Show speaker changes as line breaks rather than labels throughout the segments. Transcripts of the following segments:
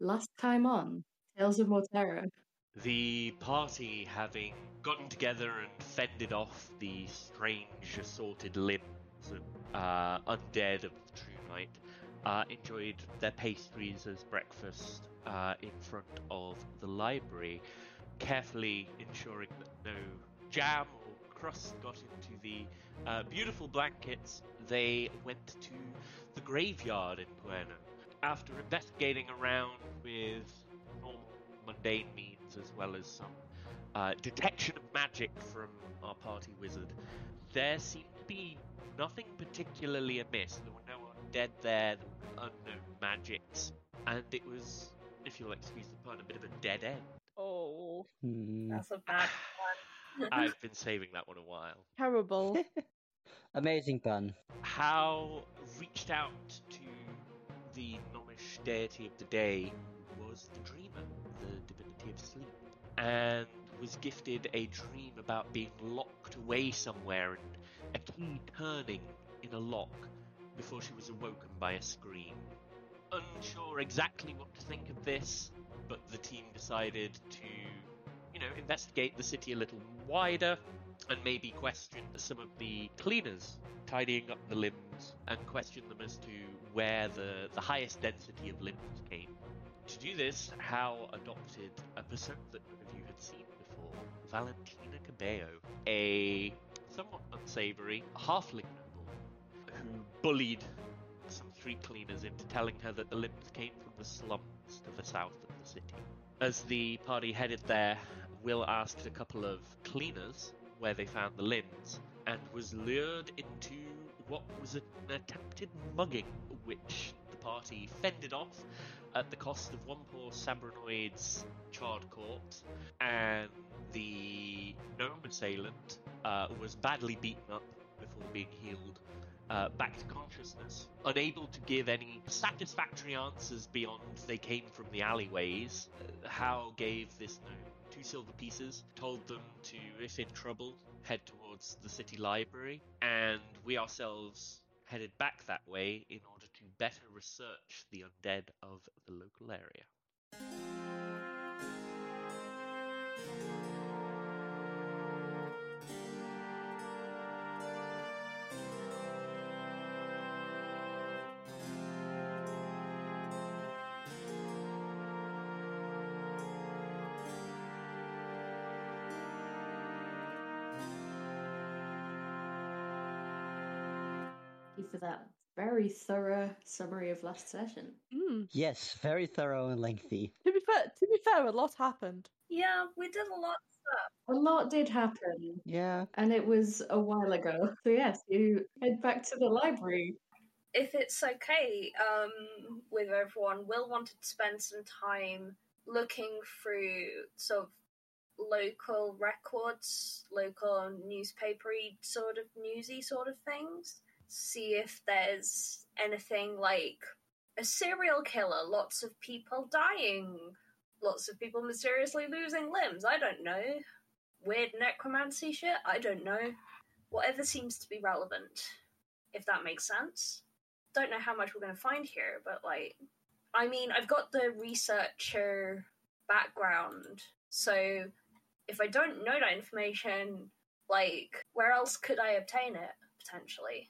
Last time on Tales of Morterra.
The party, having gotten together and fended off the strange assorted limbs of uh, undead of the True Knight, uh, enjoyed their pastries as breakfast uh, in front of the library, carefully ensuring that no jam or crust got into the uh, beautiful blankets. They went to the graveyard in Puerno. After investigating around with normal mundane means as well as some uh, detection of magic from our party wizard, there seemed to be nothing particularly amiss. There were no undead there, there were unknown magics, and it was, if you'll excuse the pun, a bit of a dead end.
Oh,
Hmm.
that's a bad one.
I've been saving that one a while.
Terrible.
Amazing pun.
How reached out to the gnomish deity of the day who was the dreamer, the divinity of sleep, and was gifted a dream about being locked away somewhere and a key turning in a lock before she was awoken by a scream. Unsure exactly what to think of this, but the team decided to, you know, investigate the city a little wider and maybe question some of the cleaners tidying up the limbs and question them as to where the, the highest density of limbs came. To do this, Hal adopted a persona that none of you had seen before Valentina Cabello, a somewhat unsavory halfling noble who bullied some street cleaners into telling her that the limbs came from the slums to the south of the city. As the party headed there, Will asked a couple of cleaners where they found the limbs and was lured into what was an attempted mugging, which the party fended off at the cost of one poor Sabrinoid's charred corpse, and the gnome assailant uh, was badly beaten up before being healed uh, back to consciousness, unable to give any satisfactory answers beyond they came from the alleyways. Uh, Howe gave this gnome two silver pieces, told them to, if in trouble, head towards the city library, and we ourselves headed back that way in order to better research the undead of the local area.
Thank you for that very thorough summary of last session.
Mm.
Yes, very thorough and lengthy.
To be fair, to be fair, a lot happened.
Yeah, we did a lot of stuff.
A lot did happen,
Yeah.
and it was a while ago. So, yes, you head back to the library.
If it's okay um, with everyone, Will wanted to spend some time looking through sort of local records, local newspapery sort of newsy sort of things. See if there's anything like a serial killer, lots of people dying, lots of people mysteriously losing limbs. I don't know. Weird necromancy shit. I don't know. Whatever seems to be relevant. if that makes sense. Don't know how much we're going to find here, but like, I mean, I've got the researcher background, so if I don't know that information, like, where else could I obtain it potentially?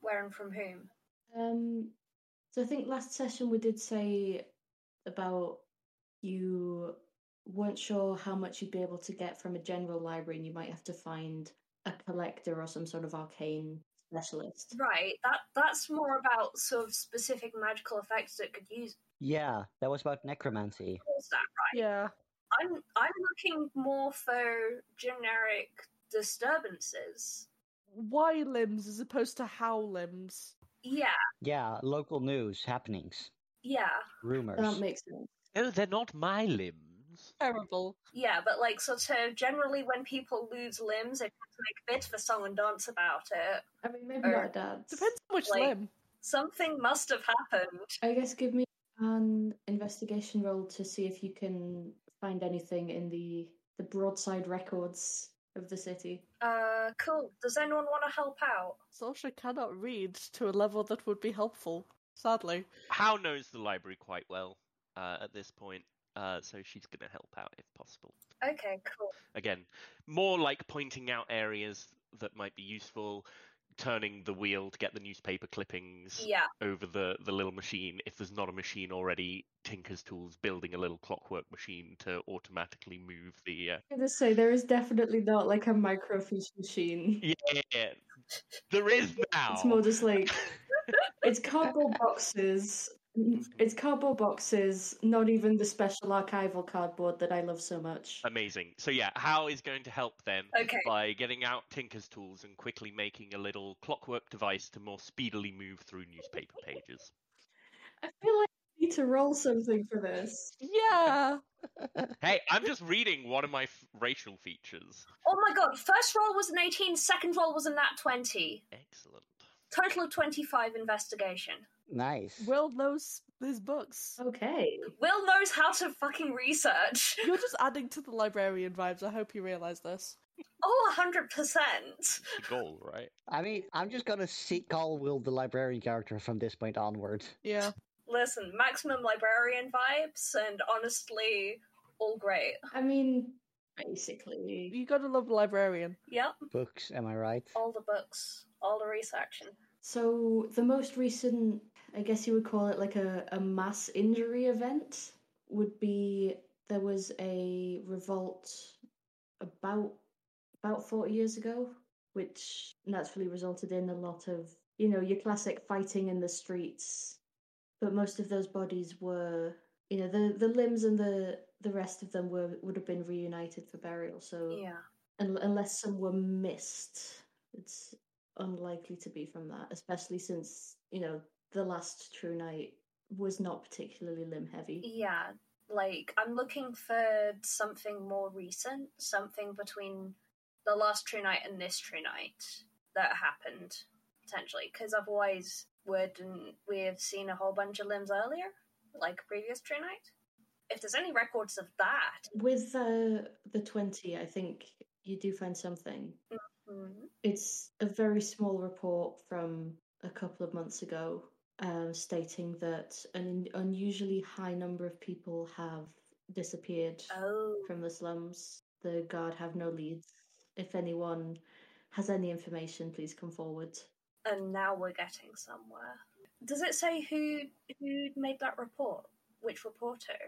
Where and from whom?
Um, so, I think last session we did say about you weren't sure how much you'd be able to get from a general library, and you might have to find a collector or some sort of arcane specialist.
Right. That that's more about sort of specific magical effects that could use
Yeah, that was about necromancy.
cause that.
Yeah.
I'm I'm looking more for generic disturbances.
Why limbs as opposed to how limbs?
Yeah.
Yeah, local news, happenings,
Yeah.
rumors.
That makes sense.
No, Oh, they're not my limbs.
Terrible.
Yeah, but like sort of generally when people lose limbs, they tend to make a bit of a song and dance about it.
I mean, maybe
Or-
not a dance.
Depends on which
Like-
limb.
Something must have happened.
I guess give me an investigation roll to see if you can find anything in the the broadside records of the city.
Uh, cool. Does anyone want to help out?
Sasha cannot read to a level that would be helpful. Sadly.
How knows the library quite well. uh, at this point, uh, so she's going to help out if possible.
Okay, cool.
Again, more like pointing out areas that might be useful, turning the wheel to get the newspaper clippings
Yeah,
over the, the little machine. If there's not a machine already, Tinker's Tools building a little clockwork machine to automatically move the. Uh...
I just say there is definitely not like a microfiche machine.
Yeah, there is now.
It's more just like it's cardboard boxes. It's cardboard boxes, not even the special archival cardboard that I love so much.
Amazing. So yeah, Hal is going to help then
Okay.
by getting out Tinker's tools and quickly making a little clockwork device to more speedily move through newspaper pages.
I feel like I need to roll something for this.
Yeah.
Hey, I'm just reading one of my f- racial features.
Oh my god, first roll was an 18, second roll was a nat 20.
Excellent.
Total of 25 investigation.
Nice.
Will knows his books.
Okay.
Will knows how to fucking research.
You're just adding to the librarian vibes. I hope you realise this.
Oh, 100%.
It's the goal, right?
I mean, I'm just gonna see, call Will the librarian character from this point onward.
Yeah.
Listen, maximum librarian vibes, and honestly, all great.
I mean, basically.
You gotta love the librarian.
Yep,
Books, am I right?
all the books, all the researching.
So the most recent, I guess you would call it like a, a mass injury event, would be there was a revolt about about forty years ago, which naturally resulted in a lot of you know your classic fighting in the streets, but most of those bodies were you know the the limbs and the the rest of them were would have been reunited for burial. So
Yeah.
Un- unless some were missed, it's unlikely to be from that, especially since, you know, the last True Night was not particularly limb heavy.
Yeah, like, I'm looking for something more recent, something between the last True Night and this True Night that happened, potentially, because otherwise, wouldn't we have seen a whole bunch of limbs earlier, like previous True Night? If there's any records of that,
With uh, the 20, I think you do find something.
hmm,
It's a very small report from a couple of months ago um, stating that an unusually high number of people have disappeared.
oh,
from the slums. The guard have no leads. If anyone has any information, please come forward.
and now we're getting somewhere. Does it say who who made that report? Which reporter?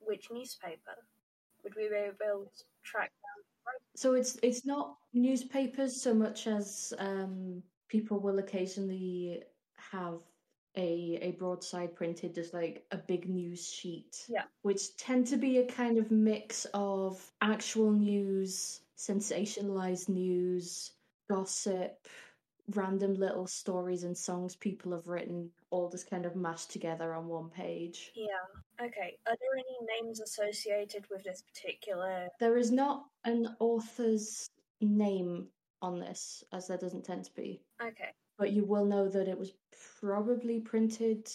Which newspaper? Would we be able to track
So it's it's not newspapers so much as um, people will occasionally have a a broadside printed just like a big news sheet,
Yeah.
which tend to be a kind of mix of actual news, sensationalized news, gossip, random little stories and songs people have written, all just kind of mashed together on one page.
Yeah. Okay. Are there any names associated with this particular?
There is not an author's name on this, as there doesn't tend to be.
Okay.
But you will know that it was probably printed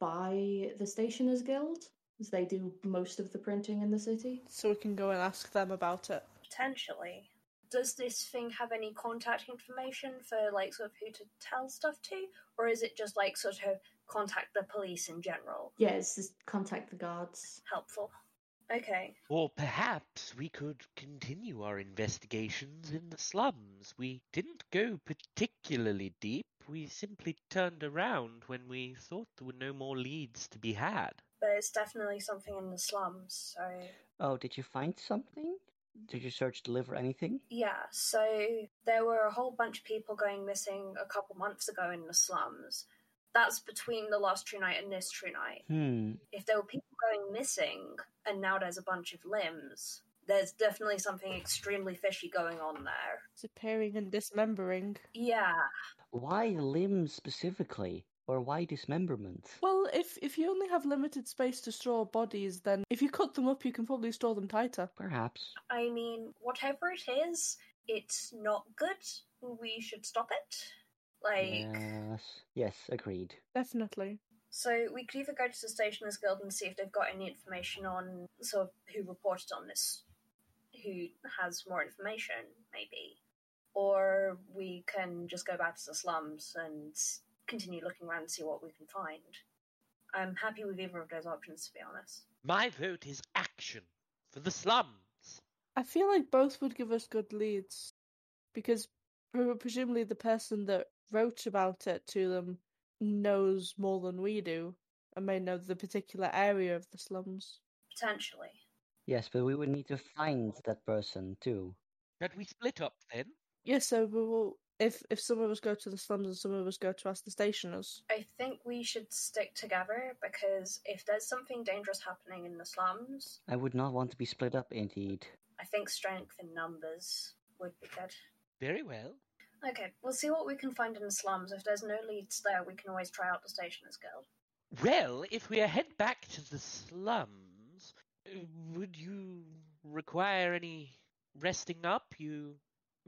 by the Stationers Guild, as they do most of the printing in the city.
So we can go and ask them about it.
Potentially. Does this thing have any contact information for like sort of who to tell stuff to, or is it just like sort of contact the police in general?
Yeah, it's just contact the guards.
Helpful. Okay.
Or perhaps we could continue our investigations in the slums. We didn't go particularly deep. We simply turned around when we thought there were no more leads to be had.
But it's definitely something in the slums. So
Oh, did you find something? Did you search deliver anything?
Yeah, so there were a whole bunch of people going missing a couple months ago in the slums. That's between the last true night and this true night.
Hmm.
If there were people going missing and now there's a bunch of limbs, there's definitely something extremely fishy going on there.
Disappearing and dismembering.
Yeah,
Why limbs specifically, or why dismemberment?
Well, if if you only have limited space to store bodies, then if you cut them up, you can probably store them tighter.
Perhaps.
I mean, whatever it is, it's not good. We should stop it. Like,
Yes. Yes. Agreed.
Definitely.
So we could either go to the Stationers Guild and see if they've got any information on sort of who reported on this, who has more information, maybe, or we can just go back to the slums and continue looking around and see what we can find. I'm happy with either of those options, to be honest.
My vote is action for the slums.
I feel like both would give us good leads because pre- presumably the person that wrote about it to them knows more than we do and may know the particular area of the slums.
Potentially.
Yes, but we would need to find that person too.
Can we split up then?
Yeah, so we will, if if some of us go to the slums and some of us go to ask the stationers,
I think we should stick together because if there's something dangerous happening in the slums,
I would not want to be split up, indeed.
I think strength in numbers would be good.
Very well.
Okay, we'll see what we can find in the slums. If there's no leads there, we can always try out the Stationers Guild.
Well, if we head back to the slums, uh, would you require any resting up? You,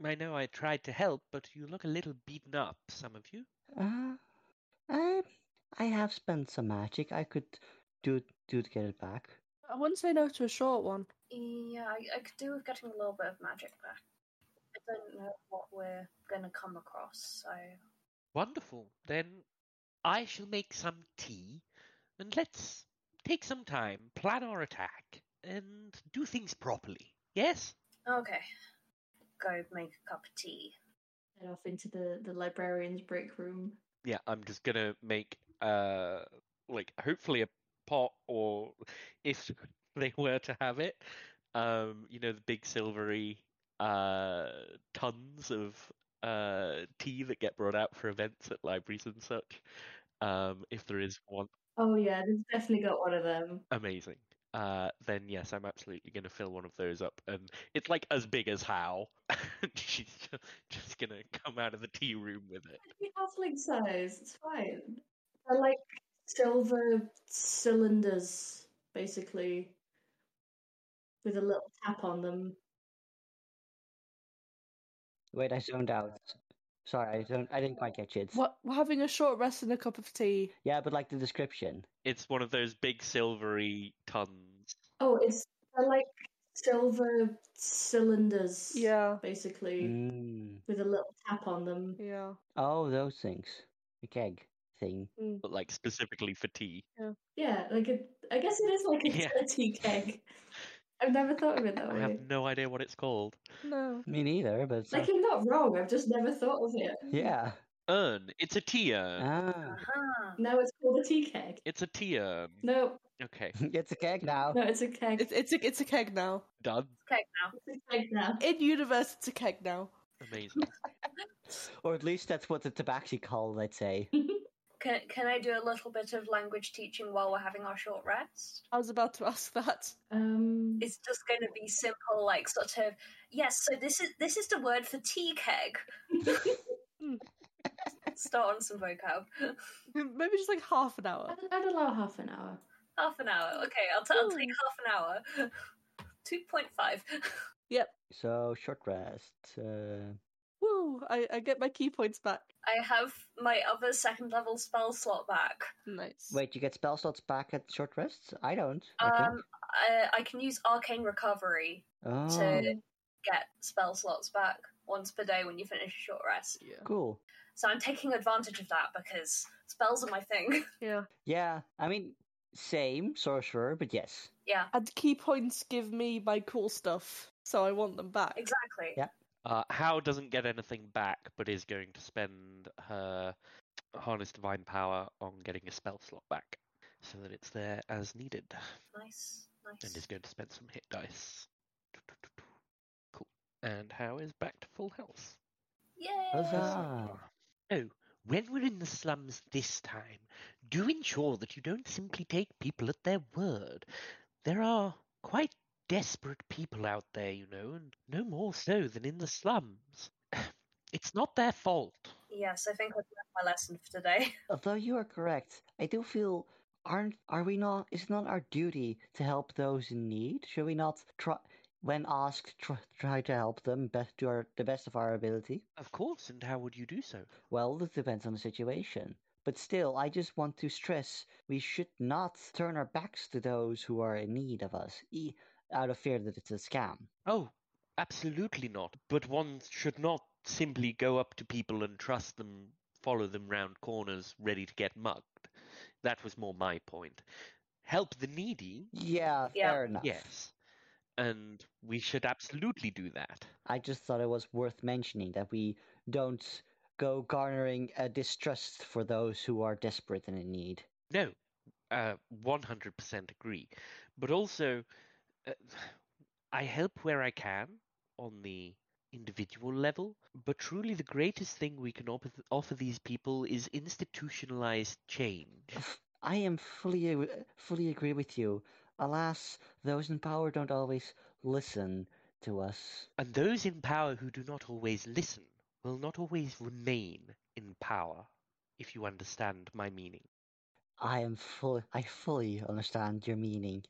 I know I tried to help, but you look a little beaten up, some of you.
Uh, I, I have spent some magic. I could do do to get it back.
I wouldn't say no to a short one.
Yeah, I, I could do with getting a little bit of magic back. I don't know what we're going to come across, so
Wonderful. Then I shall make some tea, and let's take some time, plan our attack, and do things properly. Yes?
Okay. Go make a cup of tea.
Head off into the, the librarian's break room.
Yeah, I'm just gonna make uh like hopefully a pot or if they were to have it, um, you know, the big silvery uh tons of uh tea that get brought out for events at libraries and such. Um, if there is one
Oh yeah, there's definitely got one of them.
amazing. Uh, then yes, I'm absolutely going to fill one of those up, and it's like as big as how. She's ju- just going to come out of the tea room with it.
You have like size. It's fine. They're like silver cylinders, basically, with a little tap on them.
Wait, I zoned out. Sorry, I don't. I didn't quite catch it.
What we're having a short rest and a cup of tea.
Yeah, but like the description.
It's one of those big silvery tons.
Oh, it's they're like silver cylinders.
Yeah,
Basically,
Mm.
with a little tap on them.
yeah.
Oh, those things. A keg thing.
But like specifically for tea.
Yeah, like it, I guess it is like a
Yeah.
tea keg. I've never thought of it that
I
way.
have no idea what it's called.
No.
Me neither, but it's
Like you're not wrong. I've just never thought of it.
yeah.
Urn. It's a tea urn.
Ah,
Aha!
Now it's called a tea keg.
It's a tea urn.
No,
Okay,
it's a keg now.
no, it's a keg.
It's it's a it's a keg now.
done.
Okay, now.
It's a keg now.
In universe, it's a keg now.
Amazing.
Or at least that's what the tabaxi call, I'd say.
Can, can I do a little bit of language teaching while we're having our short rest?
I was about to ask that.
Um,
It's just going to be simple, like sort of yes. So this is this is the word for tea keg. Start on some vocab.
Maybe just like half an hour.
I'd, I'd allow half an hour.
Half an hour. Okay, I'll, t- I'll take half an hour. Two point five.
So short rest. Uh,
Woo! I, I get my key points back.
I have my other second level spell slot back.
Nice.
wait, you get spell slots back at short rests? I don't. I
Um, I, I can use arcane recovery
think.
to
Oh,
get spell slots back once per day when you finish a short rest.
Yeah.
cool.
So I'm taking advantage of that because spells are my thing.
Yeah.
Yeah, I mean, same sorcerer, but yes.
yeah,
And key points give me my cool stuff, so I want them back.
exactly.
Yeah.
Uh, How doesn't get anything back, but is going to spend her harness divine power on getting a spell slot back, so that it's there as needed,
Nice,
and
nice.
is going to spend some hit dice. Cool. And how is back to full health?
Yay!
Huzzah!
Oh, when we're in the slums this time, do ensure that you don't simply take people at their word. There are quite desperate people out there, you know, and no more so than in the slums. It's not their fault.
Yes, I think I've learned my lesson for today.
Although you are correct, I do feel aren't are we not? Is it not our duty to help those in need? Should we not try, when asked, try, try to help them best to our the best of our ability?
Of course, and how would you do so?
Well, it depends on the situation. But still, I just want to stress we should not turn our backs to those who are in need of us, e- out of fear that it's a scam.
Oh, absolutely not. But one should not simply go up to people and trust them, follow them round corners, ready to get mugged. That was more my point. Help the needy,
Yeah,
Yeah.
fair enough.
yes, and we should absolutely do that.
I just thought it was worth mentioning that we don't go garnering a distrust for those who are desperate and in need.
No, uh, 100% agree. But also, uh, I help where I can on the individual level, but truly the greatest thing we can op- offer these people is institutionalized change.
I am fully a- fully agree with you. Alas, those in power don't always listen to us.
And those in power who do not always listen will not always remain in power, if you understand my meaning.
I am full. I fully understand your meaning.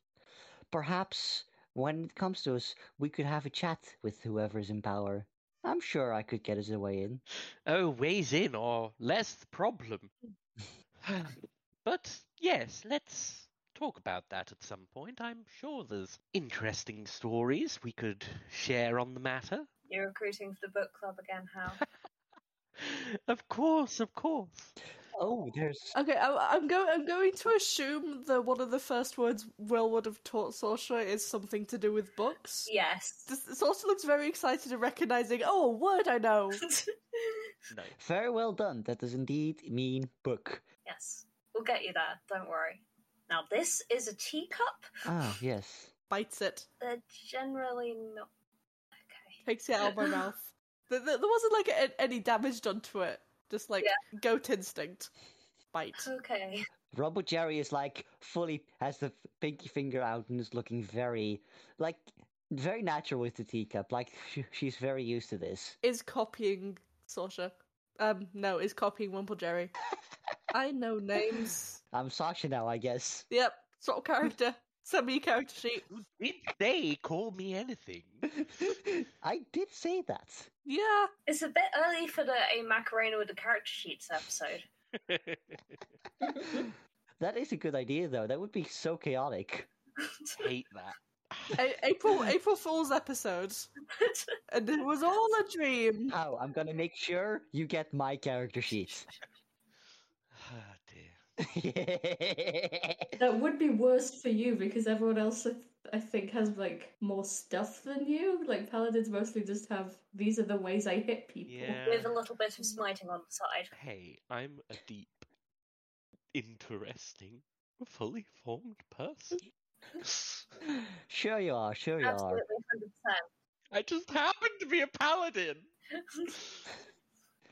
Perhaps when it comes to us, we could have a chat with whoever is in power. I'm sure I could get us a way in.
Oh, ways in or less the problem. but yes, let's talk about that at some point. I'm sure there's interesting stories we could share on the matter.
You're recruiting for the book club again, Hal.
Of course, of course.
Oh, there's.
Okay, I'm, I'm going. I'm going to assume that one of the first words Will would have taught Sorcerer is something to do with books.
yes.
This- Sorcerer looks very excited and recognizing. Oh, a word I know.
No.
Very well done. That does indeed mean book.
yes. We'll get you there, don't worry. Now, this is a teacup.
Ah, yes.
Bites it.
They're generally not. Okay.
Takes it out of my mouth. There, there, there wasn't like a, any damage done to it. Just like goat instinct. Bite.
Okay.
Robert Jerry is like fully has the f- pinky finger out and is looking very, like, very natural with the teacup. Like sh- she's very used to this.
Is copying Sorcerer. Um, no, is copying Wimple Jerry. I know names.
I'm Sasha now, I guess.
Yep, sort of character. Send me your character sheet.
You did they call me anything?
I did say that.
Yeah.
It's a bit early for the A Macarena with the character sheets episode.
that is a good idea, though. That would be so chaotic.
Hate that.
A- April April Fool's episode, and it was all a dream.
How? I'm gonna make sure you get my character sheet.
Ah, dear.
That would be worst for you because everyone else, I, th- I think, has like more stuff than you. Like paladins mostly just have these are the ways I hit people.
With a
Yeah.
little bit of smiting on the side.
Hey, I'm a deep, interesting, fully formed person.
sure you are. Sure you
Absolutely,
are.
100%.
I just happen to be a paladin.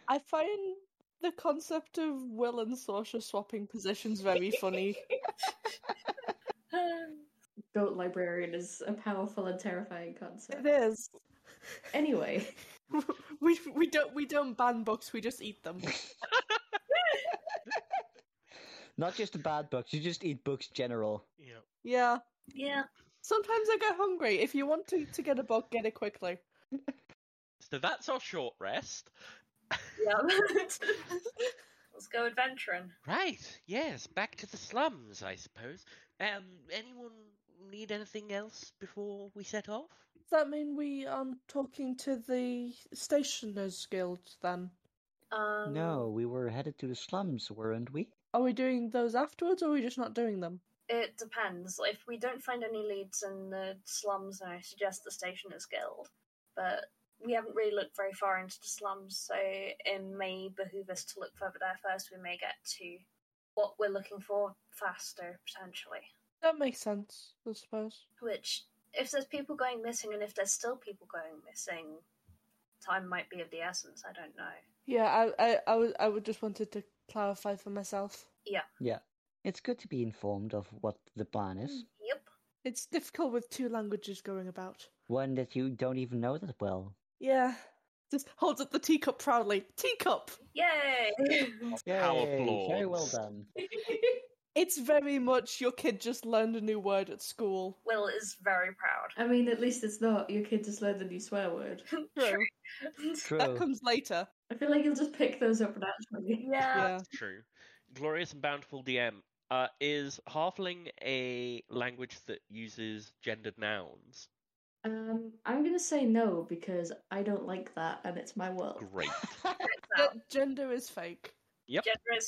I find the concept of Will and Sorcha swapping positions very funny.
Goat librarian is a powerful and terrifying
it
concept.
is.
Anyway,
We we don't we don't ban books. We just eat them.
Not just the bad books. You just eat books in general.
Yeah.
Yeah.
yeah.
Sometimes I get hungry. If you want to, to get a book, get it quickly.
So that's our short rest.
Yeah. Let's go adventuring.
Right. Yes. Back to the slums, I suppose. Um. Anyone need anything else before we set off?
Does that mean we aren't talking to the Stationers Guild then?
Um,
No, we were headed to the slums, weren't we?
Are we doing those afterwards, or are we just not doing them?
It depends. If we don't find any leads in the slums, then I suggest the Stationers Guild. But we haven't really looked very far into the slums, so it may behoove us to look further there first. We may get to what we're looking for faster, potentially.
That makes sense, I suppose.
Which, if there's people going missing, and if there's still people going missing, time might be of the essence. I don't know.
Yeah, I, I, I, was, I would just wanted to clarify for myself.
It's good to be informed of what the plan is.
Yep.
It's difficult with two languages going about.
One that you don't even know that well.
Yeah. Just holds up the teacup proudly. Teacup!
Yay!
Power
Yay, Very well
applause.
done.
It's very much your kid just learned a new word at school.
Will is very proud.
I mean, at least it's not your kid just learned a new swear word.
True. That
True.
comes later.
I feel like you'll just pick those up naturally.
yeah.
Yeah.
True. Glorious and bountiful DM. Uh, is Halfling a language that uses gendered nouns?
Um, I'm gonna say no because I don't like that and it's my world.
Great.
Wow.
Ge- gender is fake.
Yep.
Gender is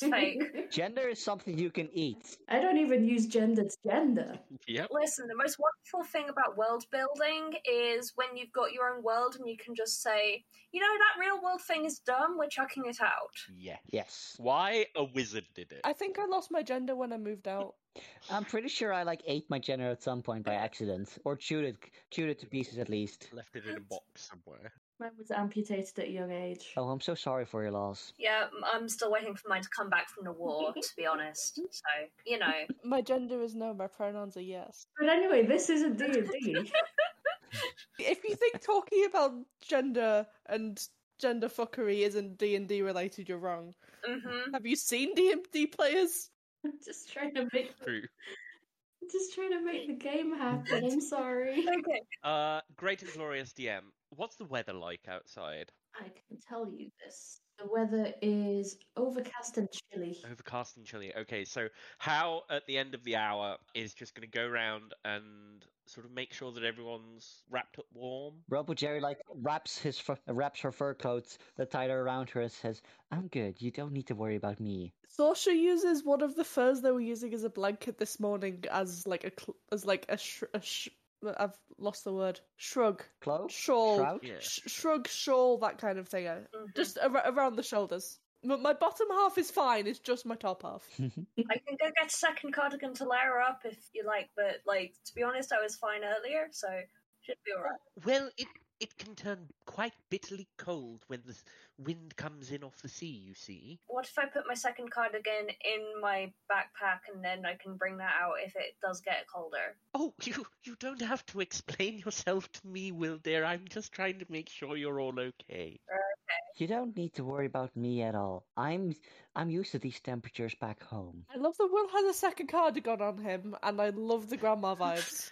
fake.
Gender is something you can eat.
I don't even use gendered gender.
Yep.
Listen, the most wonderful thing about world building is when you've got your own world and you can just say, you know, that real world thing is dumb, we're chucking it out.
Yes.
Yes.
Why a wizard did it?
I think I lost my gender when I moved out.
I'm pretty sure I like ate my gender at some point by accident, or chewed it, chewed it to pieces at least.
left it in a box somewhere.
Mine was amputated at a young age.
Oh, I'm so sorry for your loss.
Yeah, m- I'm still waiting for mine to come back from the war, to be honest. So, you know.
My gender is no, my pronouns are yes.
But anyway, this isn't D and D.
If you think talking about gender and gender fuckery isn't D and D related, you're wrong.
hmm
Have you seen D and D players?
I'm just trying to make,
True.
I'm just trying to make the game happen. I'm sorry.
Okay.
Uh, great and glorious DM. What's the weather like outside?
I can tell you this. The weather is overcast and chilly.
Overcast and chilly. Okay, so how at the end of the hour is just going to go round and sort of make sure that everyone's wrapped up warm?
Rubble Jerry like wraps his fur, wraps her fur coats, the tighter around her, and says, "I'm good. You don't need to worry about me."
Thorsha uses one of the furs they were using as a blanket this morning as like a cl- as like a, sh- a sh- I've lost the word shrug
Clo,
shawl
Shroud?
Yeah.
sh- shrug shawl that kind of thing. I-
Mhm.
Just ar- around the shoulders. M- my bottom half is fine. It's just my top half.
I can go get a second cardigan to layer up if you like, but, like, to be honest, I was fine earlier, so should be alright.
Well, it it can turn quite bitterly cold when the s- wind comes in off the sea. You see.
What if I put my second cardigan in my backpack and then I can bring that out if it does get colder?
Oh, you you don't have to explain yourself to me, Will dear. I'm just trying to make sure you're all okay.
You don't need to worry about me at all. I'm I'm used to these temperatures back home.
I love that Will has a second cardigan on him, and I love the grandma vibes.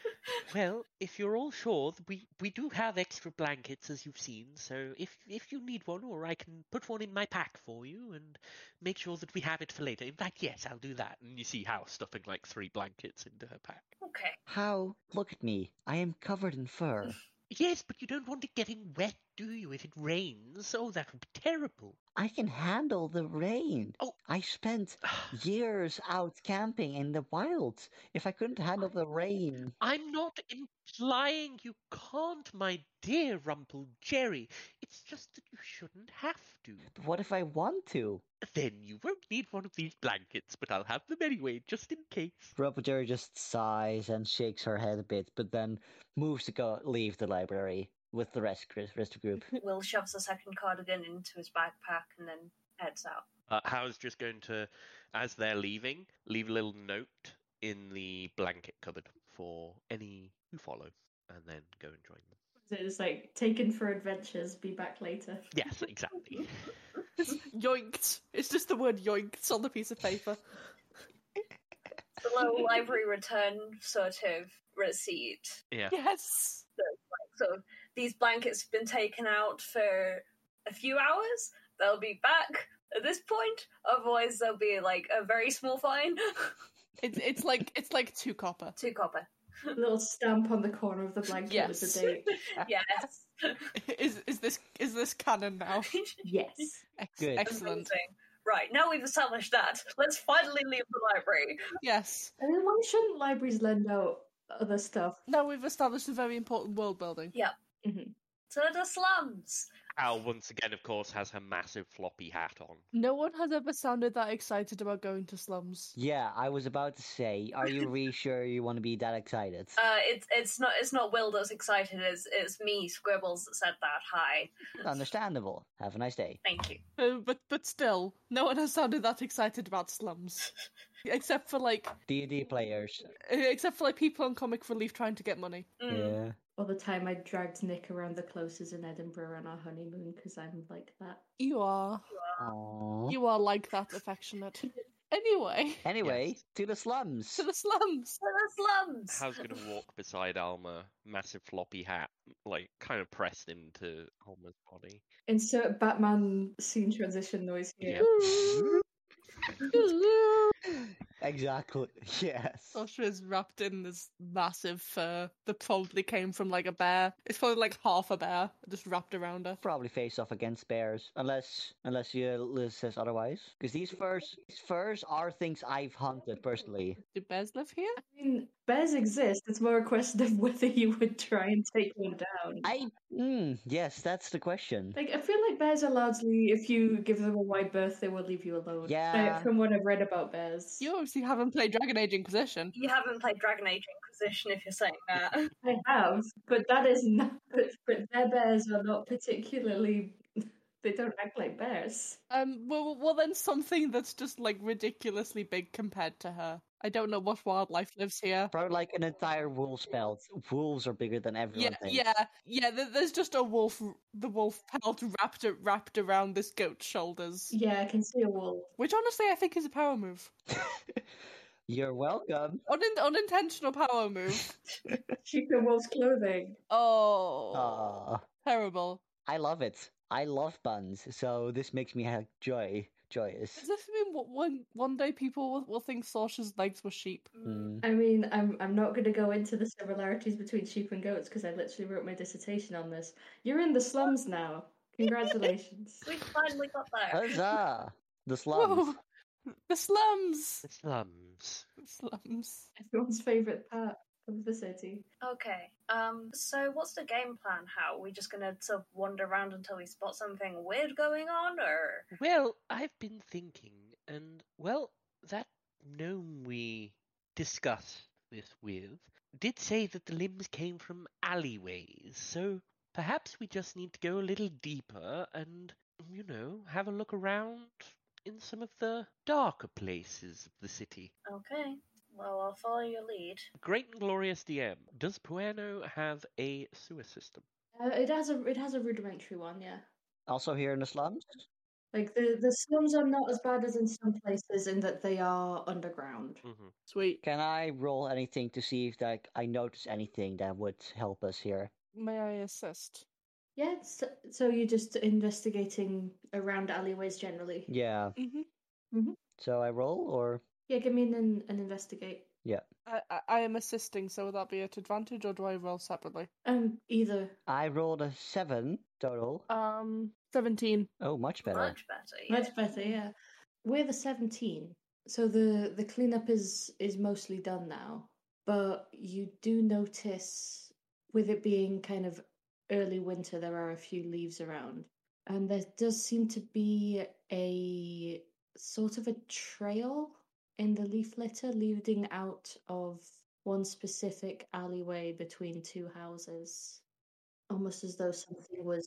Well, if you're all sure, th- we we do have extra blankets as you've seen. So if if you need one, or I can put one in my pack for you and make sure that we have it for later. In fact, yes, I'll do that. And you see Hal stuffing like three blankets into her pack.
Okay.
How? Look at me. I am covered in fur.
Yes, but you don't want it getting wet, do you? If it rains, oh, that would be terrible.
I can handle the rain.
Oh.
I spent years out camping in the wilds. If I couldn't handle the rain,
I'm not implying you can't, my dear Rumple Jerry. It's just that you shouldn't have to.
but what if I want to?
Then you won't need one of these blankets, but I'll have them anyway, just in case.
Rubble Jerry just sighs and shakes her head a bit, but then moves to go leave the library with the rest gr- rest of the group.
Will shoves the second cardigan into his backpack and then heads out.
Uh, How's just going to, as they're leaving, leave a little note in the blanket cupboard for any who follow, and then go and join them.
So it's like taken for adventures. Be back later.
Yes, exactly.
yoinked. It's just the word yoinked on the piece of paper.
The little library return sort of receipt.
yeah.
Yes.
Sort of these blankets have been taken out for a few hours. They'll be back at this point. Otherwise, there'll be like a very small fine.
It's it's like it's like two copper.
Two copper.
A little stamp on the corner of the blanket with
Yes.
the date.
Yes.
Is is this is this canon now?
Yes.
Ex-
Good.
Oh, Excellent.
Amazing. Right, now we've established that. Let's finally leave the library.
Yes.
I mean, why shouldn't libraries lend out other stuff?
Now we've established a very important world building.
To the slums.
Al, once again, of course, has her massive floppy hat on.
No one has ever sounded that excited about going to slums.
Yeah, I was about to say, are you really sure you want to be that excited?
Uh, it's it's not it's not Will that's excited. It's it's me, Scribbles, that said that. Hi,
Understandable. Have a nice day.
thank you.
Uh, but but still, no one has sounded that excited about slums, except for like uh,
D and D
Mm.
players.
except for like people on comic relief trying to get money.
Mm.
Yeah.
All the time I dragged Nick around the closes in Edinburgh on our honeymoon because I'm like that.
You are
Aww.
you are like that affectionate. Anyway,
Anyway,
Yes.
to the slums.
to the slums.
To the slums.
Hal's going to walk beside Alma, massive floppy hat, like kind of pressed into Alma's body.
Insert Batman scene transition noise here.
Yeah.
Hello.
Exactly. Yes.
Sasha is wrapped in this massive fur that probably came from like a bear. It's probably like half a bear, just wrapped around her.
Probably face off against bears, unless unless you Liz says otherwise. Because these furs, these furs are things I've hunted personally.
Do bears live here?
I mean, bears exist. It's more a question of whether you would try and take one down.
I mm, yes, that's the question.
Like, I feel like bears are largely, if you give them a wide berth, they will leave you alone.
Yeah.
Uh, From what I've read about bears.
You obviously haven't played Dragon Age Inquisition.
You haven't played Dragon Age Inquisition if you're saying that.
I have, but that is not. But, but their bears are not particularly. They don't act like bears.
Um, well, well, then something that's just like ridiculously big compared to her. I don't know what wildlife lives here.
Probably like an entire wolf's belt. Wolves are bigger than everyone
Yeah,
thinks.
yeah, yeah. th- There's just a wolf, the wolf pelt wrapped a- wrapped around this goat's shoulders,
Yeah, I can see a wolf.
which honestly I think is a power move,
You're welcome.
Unin unintentional power move.
She's in wolf's clothing.
Oh,
Aw.
terrible.
I love it. I love buns, so this makes me ha- joy, joyous.
Does this mean what one one day people will, will think Sasha's legs were sheep?
Mm.
I mean, I'm I'm not going to go into the similarities between sheep and goats because I literally wrote my dissertation on this. You're in the slums now. Congratulations.
We finally got there.
Huzzah! The slums.
Whoa, the slums,
The slums.
slums.
Everyone's favorite part of the city.
Okay. Um. So, what's the game plan? How are we just gonna sort of wander around until we spot something weird going on, or
Well, I've been thinking, and well, that gnome we discussed this with did say that the limbs came from alleyways, so perhaps we just need to go a little deeper and, you know, have a look around in some of the darker places of the city.
okay? Well, I'll follow your lead.
Great and glorious DM, does Puerno have a sewer system?
Uh, it has a it has a rudimentary one, yeah.
Also here in the slums.
Like the the slums are not as bad as in some places in that they are underground.
Mm-hmm.
Sweet.
Can I roll anything to see if like I notice anything that would help us here?
May I assist?
Yeah, so, so you're just investigating around alleyways generally.
Yeah.
hmm
So I roll, or
Yeah, give me an an, an investigate.
I, I I am assisting, so would that be at advantage or do I roll separately?
Um, either.
I rolled a seven total.
Um, seventeen.
Oh, much better.
Much better. Yeah.
Much better, yeah. We're the seventeen, so the the cleanup is is mostly done now. But you do notice, with it being kind of early winter, there are a few leaves around, and there does seem to be a sort of a trail in the leaf litter leading out of one specific alleyway between two houses, almost as though something was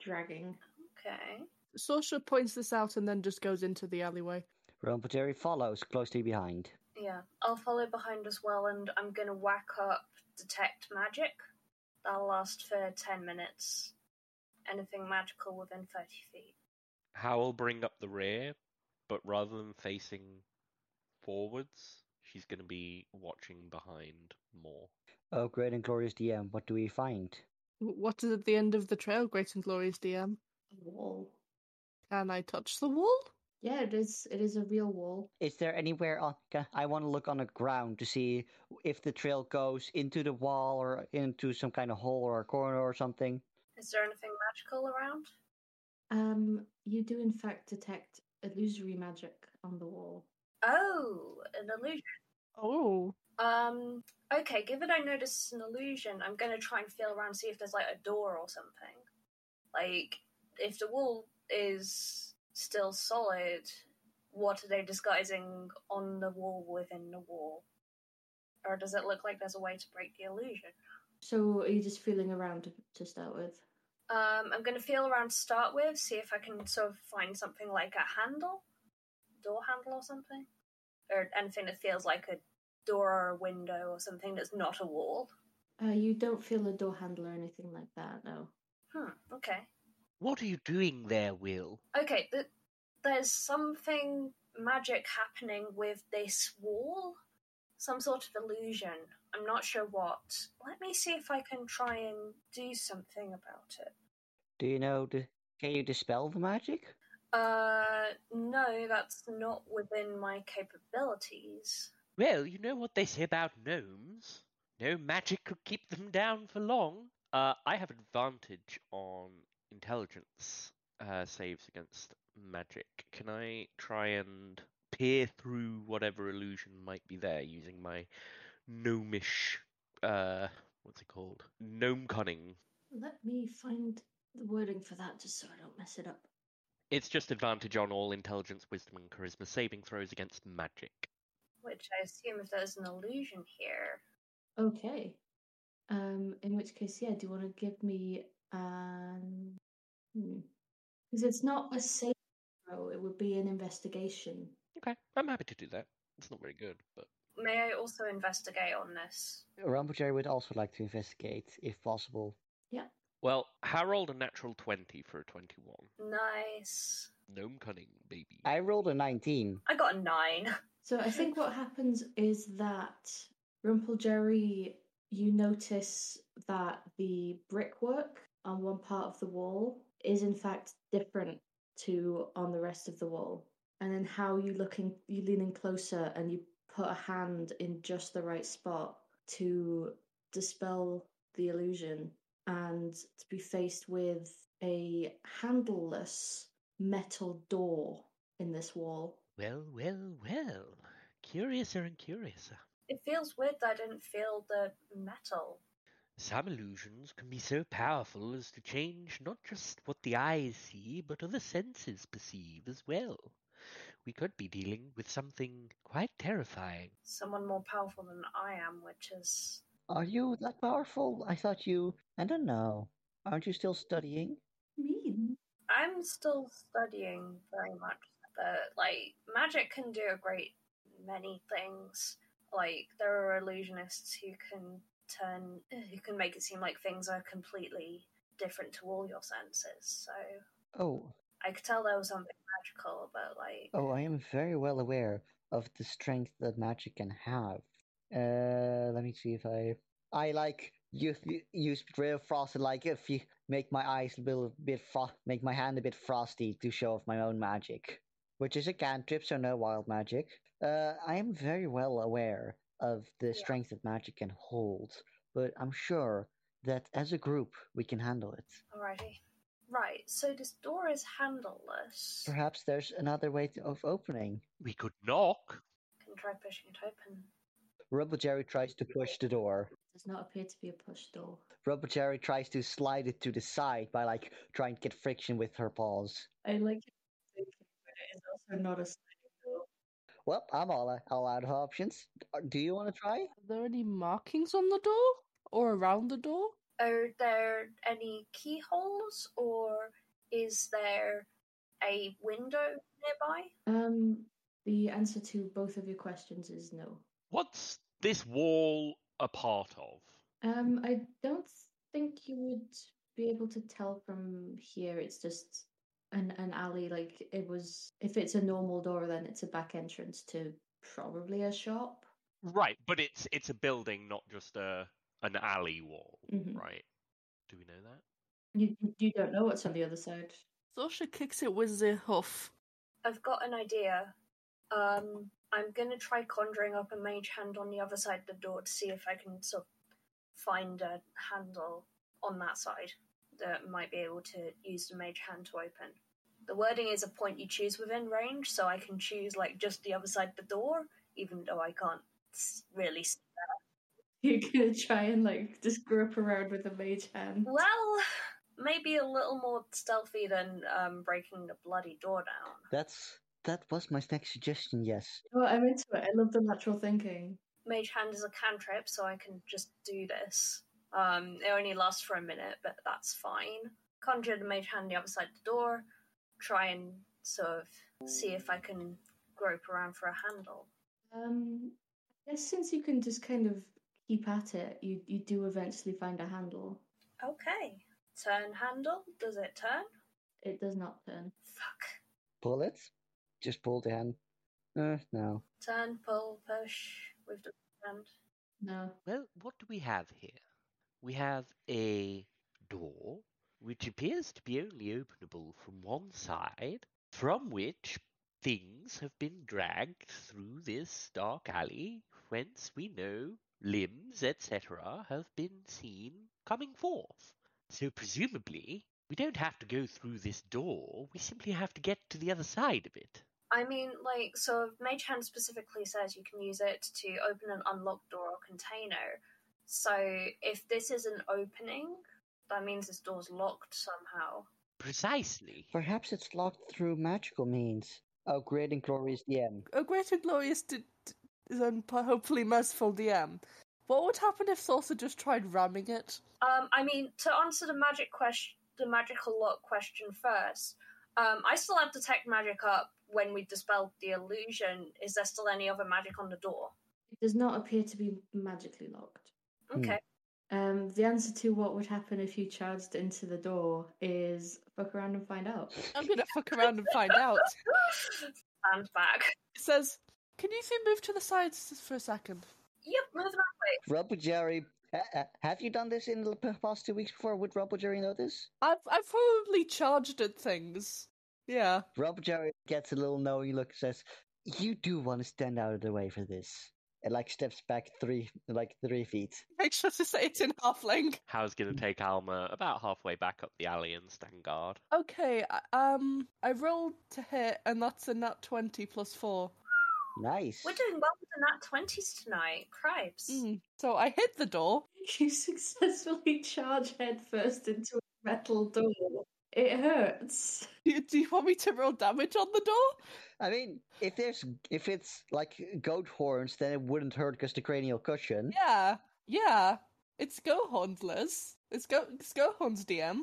dragging.
Okay.
Sasha points this out and then just goes into the alleyway.
Rompateri follows closely behind.
Yeah. I'll follow behind as well, and I'm gonna whack up detect magic. That'll last for ten minutes. Anything magical within thirty feet.
Howl bring up the rear, but rather than facing forwards, she's going to be watching behind more.
Oh, great and glorious DM, what do we find?
W- What is at the end of the trail, great and glorious DM?
A wall.
Can I touch the wall?
Yeah, it is. It is a real wall.
Is there anywhere on? ca- I want to look on the ground to see if the trail goes into the wall or into some kind of hole or a corner or something.
Is there anything magical around?
Um, you do in fact detect illusory magic on the wall.
Oh, an illusion.
Oh,
Um. Okay. Given I notice an illusion, I'm gonna try and feel around, see if there's like a door or something. Like, if the wall is still solid, what are they disguising on the wall within the wall? Or does it look like there's a way to break the illusion?
So are you just feeling around to start with?
Um, I'm gonna feel around to start with, see if I can sort of find something like a handle, door handle or something, or anything that feels like a door or a window or something that's not a wall.
Uh, you don't feel a door handle or anything like that. No.
Hmm. Okay.
What are you doing there, Will?
Okay, th- there's something magic happening with this wall. Some sort of illusion. I'm not sure what. Let me see if I can try and do something about it.
Do you know? The, can you dispel the magic?
Uh, no, that's not within my capabilities.
Well, you know what they say about gnomes. No magic could keep them down for long. Uh, I have advantage on intelligence uh, saves against magic. Can I try and peer through whatever illusion might be there using my gnomish? Uh, what's it called? Gnome cunning.
Let me find the wording for that just so I don't mess it up.
It's just advantage on all intelligence, wisdom, and charisma saving throws against magic.
Which I assume if there's an illusion here.
Okay. Um, in which case, yeah, do you want to give me um because it's not a save throw, it would be an investigation.
Okay, I'm happy to do that. It's not very good, but
May I also investigate on this?
Rambujer would also like to investigate, if possible.
well, Harold a natural twenty for a twenty-one.
Nice.
Gnome cunning, baby.
I rolled a 19.
I got a nine.
So I think what happens is that Rumpel Jerry, you notice that the brickwork on one part of the wall is in fact different to on the rest of the wall. And then how you looking you leaning closer and you put a hand in just the right spot to dispel the illusion and to be faced with a handleless metal door in this wall.
Well, well, well. Curiouser and curiouser.
It feels weird that I didn't feel the metal.
Some illusions can be so powerful as to change not just what the eyes see, but other senses perceive as well. We could be dealing with something quite terrifying.
Someone more powerful than I am, which is
Are you that powerful? I thought you. I don't know. Aren't you still studying?
Mean.
I'm still studying very much, but like magic can do a great many things. Like there are illusionists who can turn, who can make it seem like things are completely different to all your senses. So
Oh,
I could tell there was something magical, but like
oh, I am very well aware of the strength that magic can have. Uh, let me see if I. I like use use ray of frost and like if you make my eyes a little bit fro- make my hand a bit frosty to show off my own magic, which is a cantrip, so no wild magic. Uh, I am very well aware of the
Yeah.
strength that magic can hold, but I'm sure that as a group we can handle it.
alrighty, right? So this door is handleless.
Perhaps there's another way to, of opening.
We could knock.
Can try pushing it open.
Rubble Jerry tries to push the door.
Does not appear to be a push door.
Rubble Jerry tries to slide it to the side by like trying to get friction with her paws.
I like it, but it is also not a sliding door.
Well, I'm all, all out of options. Uh, Do you want to try?
Are there any markings on the door or around the door?
Are there any keyholes, or is there a window nearby?
Um, the answer to both of your questions is no.
What's this wall a part of?
Um, I don't think you would be able to tell from here. It's just an an alley. Like it was, if it's a normal door, then it's a back entrance to probably a shop.
Right, but it's it's a building, not just a an alley wall,
Mhm.
right? Do we know that?
You you- you don't know what's on the other side.
Sasha kicks it with the hoof.
I've got an idea. Um, I'm gonna try conjuring up a mage hand on the other side of the door to see if I can sort of find a handle on that side that might be able to use the mage hand to open. The wording is a point you choose within range, so I can choose like just the other side of the door, even though I can't s- really. See.
You're gonna try and like just grope around with a mage hand.
Well, maybe a little more stealthy than um, breaking the bloody door down.
That's that was my next suggestion. Yes.
Oh, I'm into it. I love the lateral thinking.
Mage Hand is a cantrip, so I can just do this. Um, it only lasts for a minute, but that's fine. Conjure the Mage Hand the other side the door. Try and sort of see if I can grope around for a handle.
Um, I guess since you can just kind of keep at it, you you do eventually find a handle.
Okay. Turn handle. Does it turn?
It does not turn.
Fuck.
Pull it. Just pull down. Uh, no.
Turn, pull, push with the hand.
No.
Well, what do we have here? We have a door, which appears to be only openable from one side, from which things have been dragged through this dark alley, whence we know limbs, etc., have been seen coming forth. So presumably, we don't have to go through this door, we simply have to get to the other side of it.
I mean, like, so Mage Hand specifically says you can use it to open an unlocked door or container. So if this is an opening, that means this door's locked somehow.
Precisely.
Perhaps it's locked through magical means. Oh, great and glorious DM.
A great and glorious d- d- is un- hopefully merciful DM. What would happen if Saucer just tried ramming it?
Um, I mean, to answer the magic question, the magical lock question first. Um, I still have detect magic up when we dispelled the illusion. Is there still any other magic on the door?
It does not appear to be magically locked.
Hmm.
Okay.
Um, the answer to what would happen if you charged into the door is fuck around and find out.
I'm gonna fuck around and find out.
Stand back.
It says, "Can you two move to the sides for a second?
Yep, moving that way.
Rubble Jerry, uh, uh, have you done this in the p- past two weeks before? Would Rubble Jerry know this?
I've I've probably charged at things. Yeah,
Rubble Jerry gets a little knowing look, says, "You do want to stand out of the way for this." And like steps back three, like three feet.
make sure to say it's in halfling."
How's going to take Alma about halfway back up the alley and stand guard.
Okay, I- um, I rolled to hit, and that's a nat twenty plus four.
Nice.
We're doing well with the nat twenties tonight. Cripes.
Mm. So I hit the door.
You successfully charge headfirst into a metal door. It hurts.
Do you, do you want me to roll damage on the door?
I mean, if there's if it's like goat horns, then it wouldn't hurt because the cranial cushion.
Yeah, yeah. It's go horns, Liz. It's go it's go horns, DM.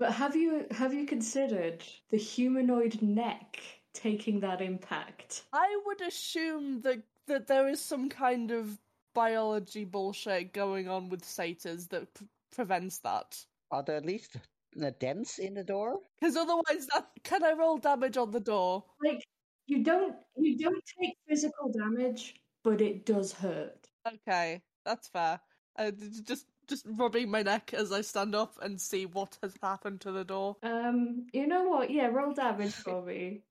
But have you have you considered the humanoid neck taking that impact?
I would assume that that there is some kind of biology bullshit going on with satyrs that p- prevents that.
Are there at least uh, dents in the door?
Because otherwise, that can I roll damage on the door?
Like you don't you don't take physical damage, but it does hurt.
Okay, that's fair. Uh, d- d- just just rubbing my neck as I stand up and see what has happened to the door.
Um, you know what? Yeah, roll damage for me.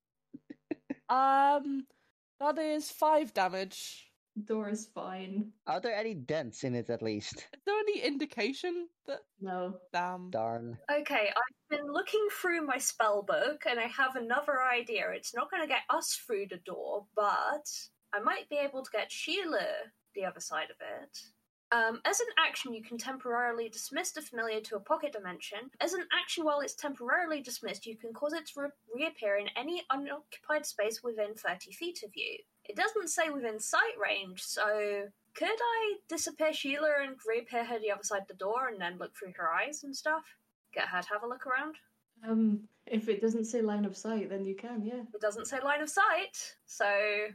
Um, that is five damage.
Door is fine.
Are there any dents in it at least?
Is there any indication that?
No.
Damn.
Darn.
Okay, I've been looking through my spell book and I have another idea. It's not going to get us through the door, but I might be able to get Sheila the other side of it. Um, as an action, you can temporarily dismiss the familiar to a pocket dimension. As an action, while it's temporarily dismissed, you can cause it to re- reappear in any unoccupied space within 30 feet of you. It doesn't say within sight range, so could I disappear Sheila and reappear her the other side the door and then look through her eyes and stuff? get her to have a look around.
Um, if it doesn't say line of sight, then you can. Yeah.
It doesn't say line of sight, so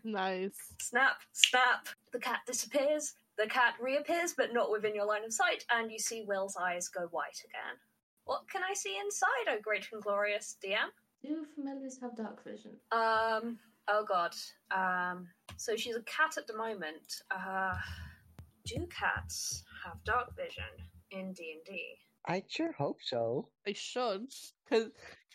Nice.
snap, snap. The cat disappears. The cat reappears, but not within your line of sight, and you see Will's eyes go white again. What can I see inside, oh great and glorious DM?
Do familiars have dark vision?
Um, oh god. Um, so she's a cat at the moment. Uh, do cats have dark vision in D and D?
I sure hope so.
They should, because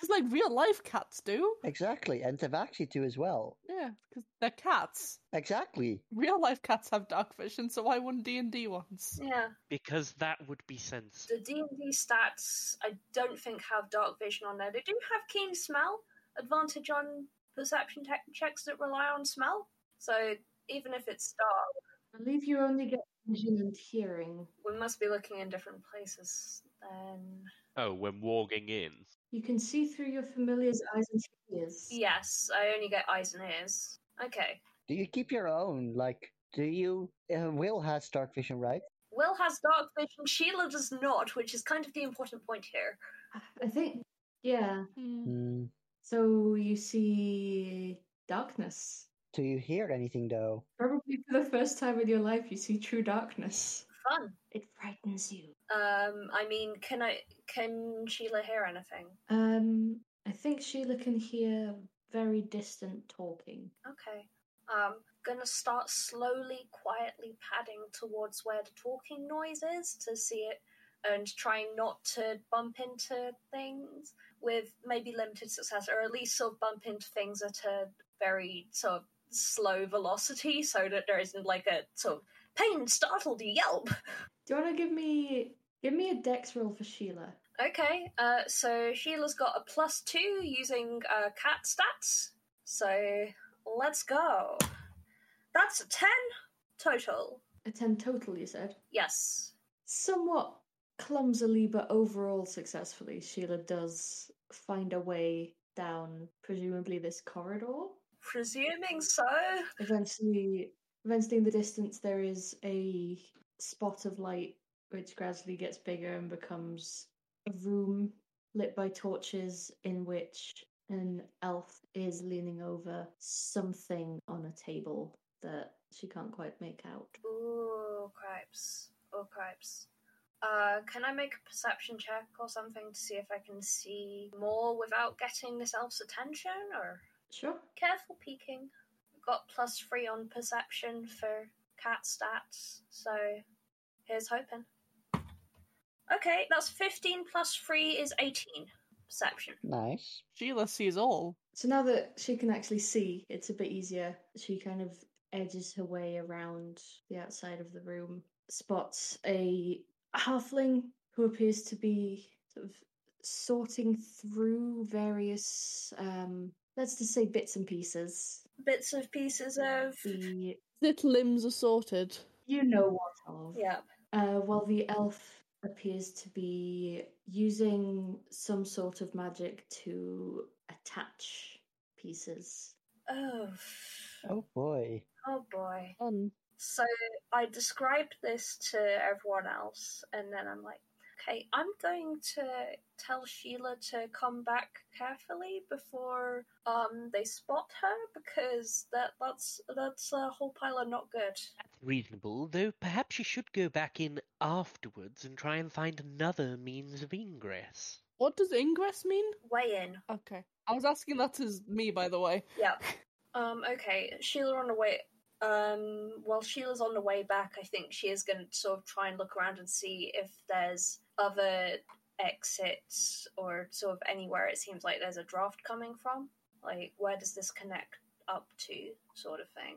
like real life cats do.
Exactly, and Tavaxi too as well.
Yeah, because they're cats.
Exactly.
Real life cats have dark vision, so why wouldn't D and D ones?
Yeah.
Because that would be sensible.
The D and D stats, I don't think have dark vision on there. They do have keen smell advantage on perception te- checks that rely on smell. So even if it's dark,
I believe you only get vision and hearing.
we must be looking in different places. Then
Oh, when walking in.
You can see through your familiar's eyes and ears.
yes, I only get eyes and ears. Okay,
Do you keep your own? Like, do you? Uh, Will has dark vision, right?
Will has dark vision. Sheila does not, which is kind of the important point here.
I think. Yeah.
Hmm.
Hmm.
So you see darkness.
Do you hear anything though?
Probably for the first time in your life, you see true darkness.
Fun.
It frightens you.
Um, I mean, can I? Can Sheila hear anything?
Um, I think Sheila can hear very distant talking.
Okay. Um, gonna start slowly, quietly padding towards where the talking noise is to see it and trying not to bump into things with maybe limited success, or at least sort of bump into things at a very sort of slow velocity so that there isn't like a sort of pain startled yelp.
Do you want to give me give me a dex roll for Sheila?
Okay, uh, so Sheila's got a plus two using uh, cat stats. So let's go. That's a 10 total.
A ten total, you said.
Yes.
Somewhat clumsily, but overall successfully, Sheila does find a way down, presumably this corridor.
Presuming so.
Eventually, eventually in the distance, there is a spot of light which gradually gets bigger and becomes a room lit by torches in which an elf is leaning over something on a table that she can't quite make out.
Ooh, cripes. Oh, cripes. Uh, can I make a perception check or something to see if I can see more without getting this elf's attention? Or
Sure.
careful peeking. I've got plus three on perception for cat stats, so here's hoping. Okay, that's 15 plus 3 is 18 perception.
Nice.
Sheila sees all.
So now that she can actually see, it's a bit easier. She kind of edges her way around the outside of the room, spots a halfling who appears to be sort of sorting through various, um, let's just say bits and pieces.
Bits of pieces of.
The
Its limbs are sorted.
you know what of.
Yeah.
Uh, while the elf appears to be using some sort of magic to attach pieces.
Oh.
Oh boy.
Oh boy.
Fun.
So I described this to everyone else, and then I'm like, okay, I'm going to tell Sheila to come back carefully before um they spot her because that that's that's a whole pile of not good.
Reasonable, though perhaps you should go back in afterwards and try and find another means of ingress.
What does ingress mean?
Weigh in.
Okay. I was asking that as me, by the way.
Yeah. Um. Okay. Sheila on the way. Um. While Sheila's on the way back, I think she is going to sort of try and look around and see if there's other exits or sort of anywhere it seems like there's a draft coming from. Like, where does this connect up to, sort of thing.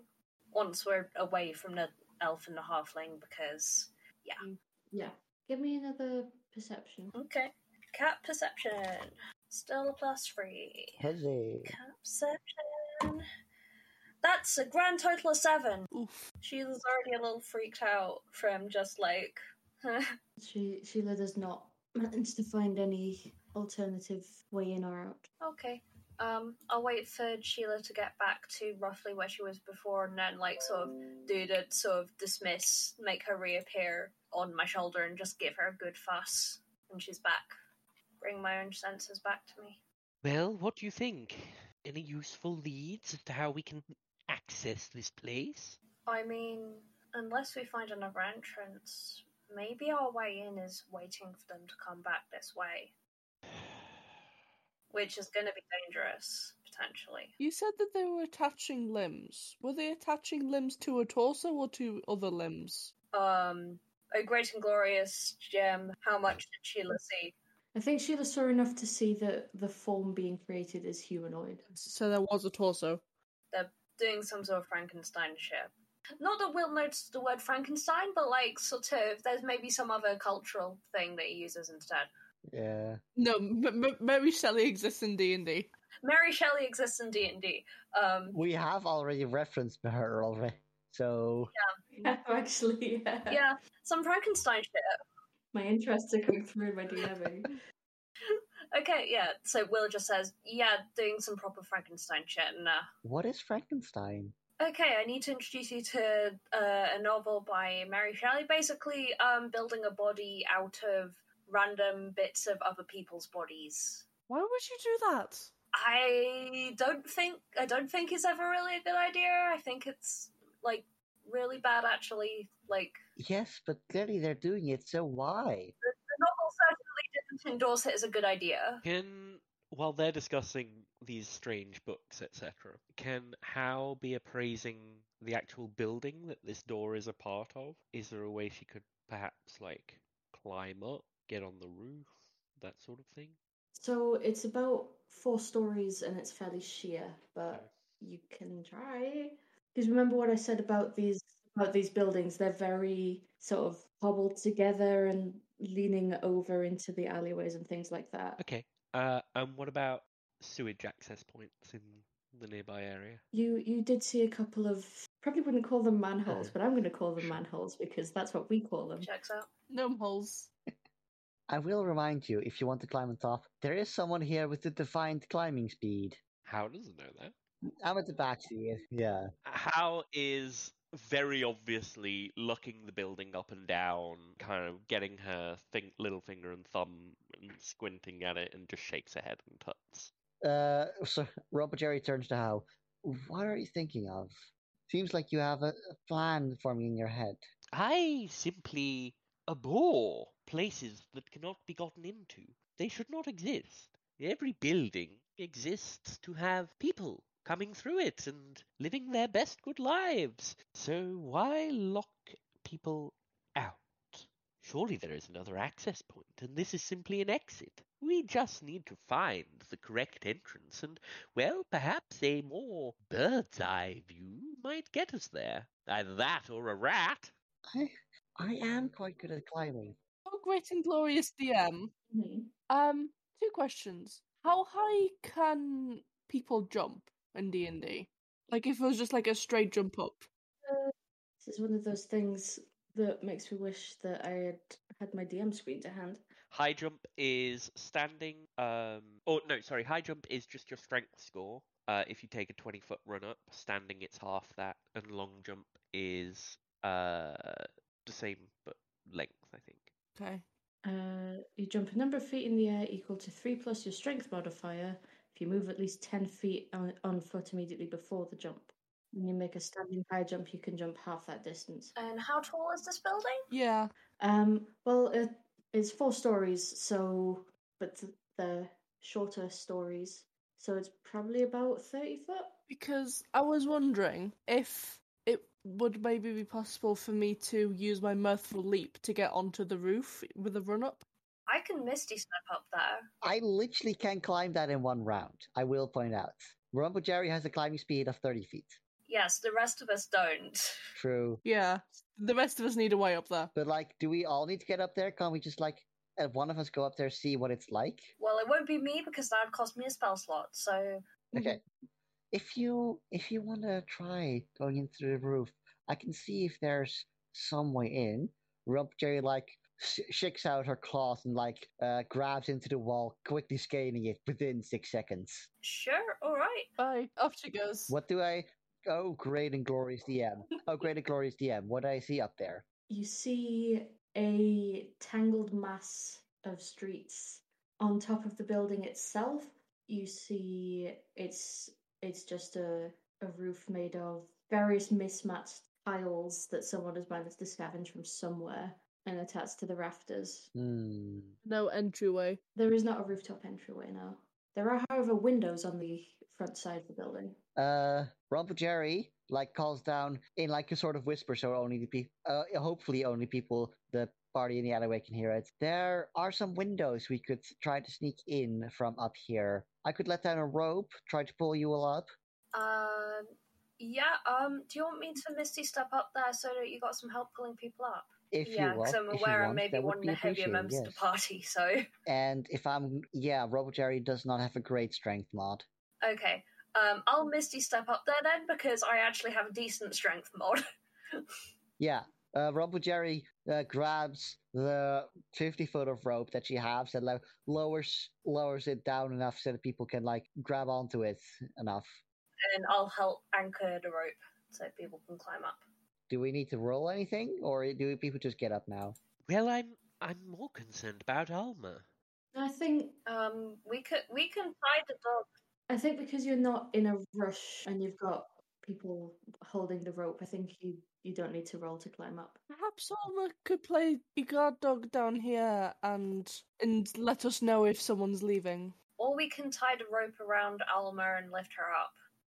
Once we're away from the elf and the halfling, because
Yeah. Give me another perception.
okay, cat perception still a plus three.
Hezzy.
Cat perception. That's a grand total of seven.
Oof.
She was already a little freaked out from just like,
She Sheila does not manage to find any alternative way in or out.
okay. Um, I'll wait for Sheila to get back to roughly where she was before, and then like sort of do the sort of dismiss, make her reappear on my shoulder, and just give her a good fuss when she's back. Bring my own senses back to me.
Well, what do you think? Any useful leads as to how we can access this place?
I mean, unless we find another entrance, maybe our way in is waiting for them to come back this way, which is going to be dangerous potentially.
You said that they were attaching limbs. Were they attaching limbs to a torso or to other limbs?
um a great and glorious gem how much did sheila see
I think Sheila saw enough to see that the form being created is humanoid.
So there was a torso.
doing some sort of frankenstein shit not that will notice the word frankenstein but like sort of there's maybe some other cultural thing that he uses instead
Yeah.
No, M- M- Mary Shelley exists in D and D.
mary shelley exists in d&d um
We have already referenced her already. So
Yeah, actually, yeah.
yeah some frankenstein shit
My interests are going through my DMing.
okay yeah so will just says yeah doing some proper frankenstein shit and uh
what is Frankenstein?
Okay, I need to introduce you to uh, a novel by Mary Shelley, basically um, building a body out of random bits of other people's bodies.
Why would you do that?
I don't think I don't think it's ever really a good idea. I think it's like really bad, actually. Like
Yes, but clearly they're doing it, so why?
the novel certainly didn't endorse it as a good idea.
Can, while they're discussing these strange books, etc., can Hal be appraising the actual building that this door is a part of? Is there a way she could perhaps, like, climb up get on the roof, that sort of thing.
So it's about four stories and it's fairly sheer, but you can try. Because remember what I said about these about these buildings? They're very sort of hobbled together and leaning over into the alleyways and things like that.
Okay. Uh, and what about sewage access points in the nearby area?
You you did see a couple of probably wouldn't call them manholes,
Oh.
but I'm going to call them manholes because that's what we call them.
Checks out.
Gnome holes.
I will remind you, if you want to climb on top, there is someone here with the defined climbing speed.
How doesn't know that?
I'm at the back seat. Yeah.
How is very obviously looking the building up and down, kind of getting her thing, little finger and thumb and squinting at it, and just shakes her head and puts.
Uh, so Robert Jerry turns to How. What are you thinking of? Seems like you have a a plan forming in your head.
I simply abhor places that cannot be gotten into. They should not exist. Every building exists to have people coming through it and living their best good lives. So why lock people out? Surely there is another access point, and this is simply an exit. We just need to find the correct entrance, and, well, perhaps a more bird's eye view might get us there. Either that or a rat.
I, I am quite good at climbing.
Oh, great and glorious DM.
Mhm.
Um, two questions. How high can people jump in D and D? Like if it was just like a straight jump up.
This is one of those things that makes me wish that I had had my DM screen to hand.
High jump is standing. Um, or no, sorry. High jump is just your strength score. Uh, if you take a twenty foot run up, standing it's half that, and long jump is uh the same but length, I think.
Okay.
Uh, you jump a number of feet in the air equal to three plus your strength modifier if you move at least 10 feet on, on foot immediately before the jump. When you make a standing high jump, you can jump half that distance.
And how tall is this building?
Yeah.
Um, well, it, it's four stories, so but th- they're shorter stories, so it's probably about 30 foot.
Because I was wondering if it would maybe be possible for me to use my mirthful leap to get onto the roof with a run up.
I can Misty Step up there.
I literally can climb that in one round. I will point out. Rumble Jerry has a climbing speed of 30 feet.
Yes, the rest of us don't.
True.
Yeah. The rest of us need a way up there.
But like, do we all need to get up there? Can't we just like, uh, one of us go up there, see what it's like?
Well, it won't be me because that would cost me a spell slot. So
Okay. If you if you want to try going in through the roof, I can see if there's some way in. Rump Jerry like sh- shakes out her claws and like uh, grabs into the wall, quickly scaling it within six seconds.
sure, all right.
Bye. Off she goes.
What do I? Oh, great and glorious DM. Oh, great and glorious DM. What do I see up there?
You see a tangled mass of streets on top of the building itself. You see it's it's just a a roof made of various mismatched tiles that someone has managed to scavenge from somewhere and attached to the rafters.
Hmm.
No entryway.
There is not a rooftop entryway now. There are, however, windows on the front side of the building.
Uh, Rump Jerry like calls down in like a sort of whisper, so only the people, uh, hopefully only people the party in the alleyway can hear it. There are some windows we could try to sneak in from up here. I could let down a rope, try to pull you all up.
Um, yeah. Um, do you want me to Misty Step up there so that you got some help pulling people up?
If
yeah,
you want,
because I'm
if you
aware I'm
want,
maybe
that would
one of
be
the heavier
appreciated,
members of
yes.
the party. So
And if I'm, yeah, Robert Jerry does not have a great strength mod.
okay. Um, I'll Misty Step up there then because I actually have a decent strength mod.
Yeah. Uh, Rumble Jerry uh, grabs the 50 foot of rope that she has and like, lowers lowers it down enough so that people can like grab onto it enough.
and I'll help anchor the rope so people can climb up.
Do we need to roll anything or do people just get up now?
Well, I'm I'm more concerned about Alma.
I think
Um, we could we can tie the dog.
I think because you're not in a rush and you've got people holding the rope, I think you you don't need to roll to climb up.
Perhaps Alma could play the guard dog down here and and let us know if someone's leaving.
Or we can tie the rope around Alma and lift her up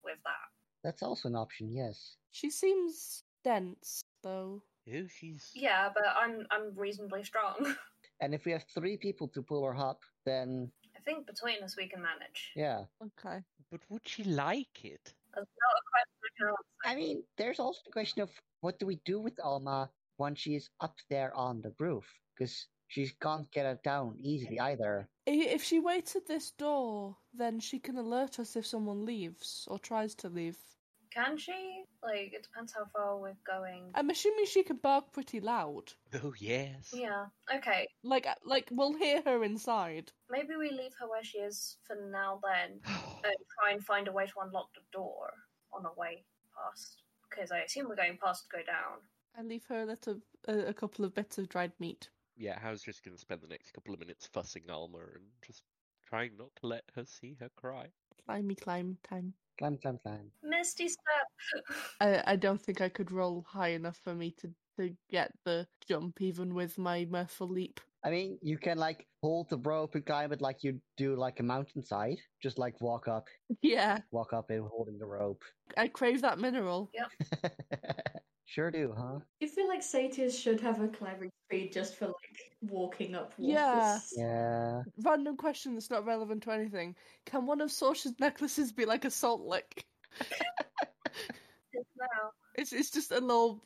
with that.
That's also an option, yes.
She seems dense though.
Oh, she's
Yeah, but I'm I'm reasonably strong.
And if we have three people to pull her up, then
I think between us we can manage.
yeah.
Okay.
But would she like it?
That's not a question I can answer.
I mean, there's also the question of what do we do with Alma once she's up there on the roof? Because she can't get her down easily either.
I- If she waits at this door, then she can alert us if someone leaves or tries to leave.
Can she? Like, it depends how far we're going.
I'm assuming she can bark pretty loud.
Oh yes.
Yeah. Okay.
Like, uh, like we'll hear her inside.
Maybe we leave her where she is for now then, and try and find a way to unlock the door on our way past. Because I assume we're going past to go down.
I leave her a little, a, a couple of bits of dried meat.
yeah, How's just going to spend the next couple of minutes fussing Alma and just trying not to let her see her cry.
Climby climb time.
Clam, clam, clam.
Misty step.
I, I don't think I could roll high enough for me to, to get the jump, even with my mirthful leap.
I mean, you can like hold the rope and climb it like you do like a mountainside. Just like walk up,
Yeah,
walk up and holding the rope.
I crave that mineral.
sure do, huh?
You feel like satyrs should have a climbing speed just for like walking up walls.
Yeah.
Yeah.
Random question that's not relevant to anything. Can one of Sorsha's necklaces be like a salt lick?
now.
It's it's just a little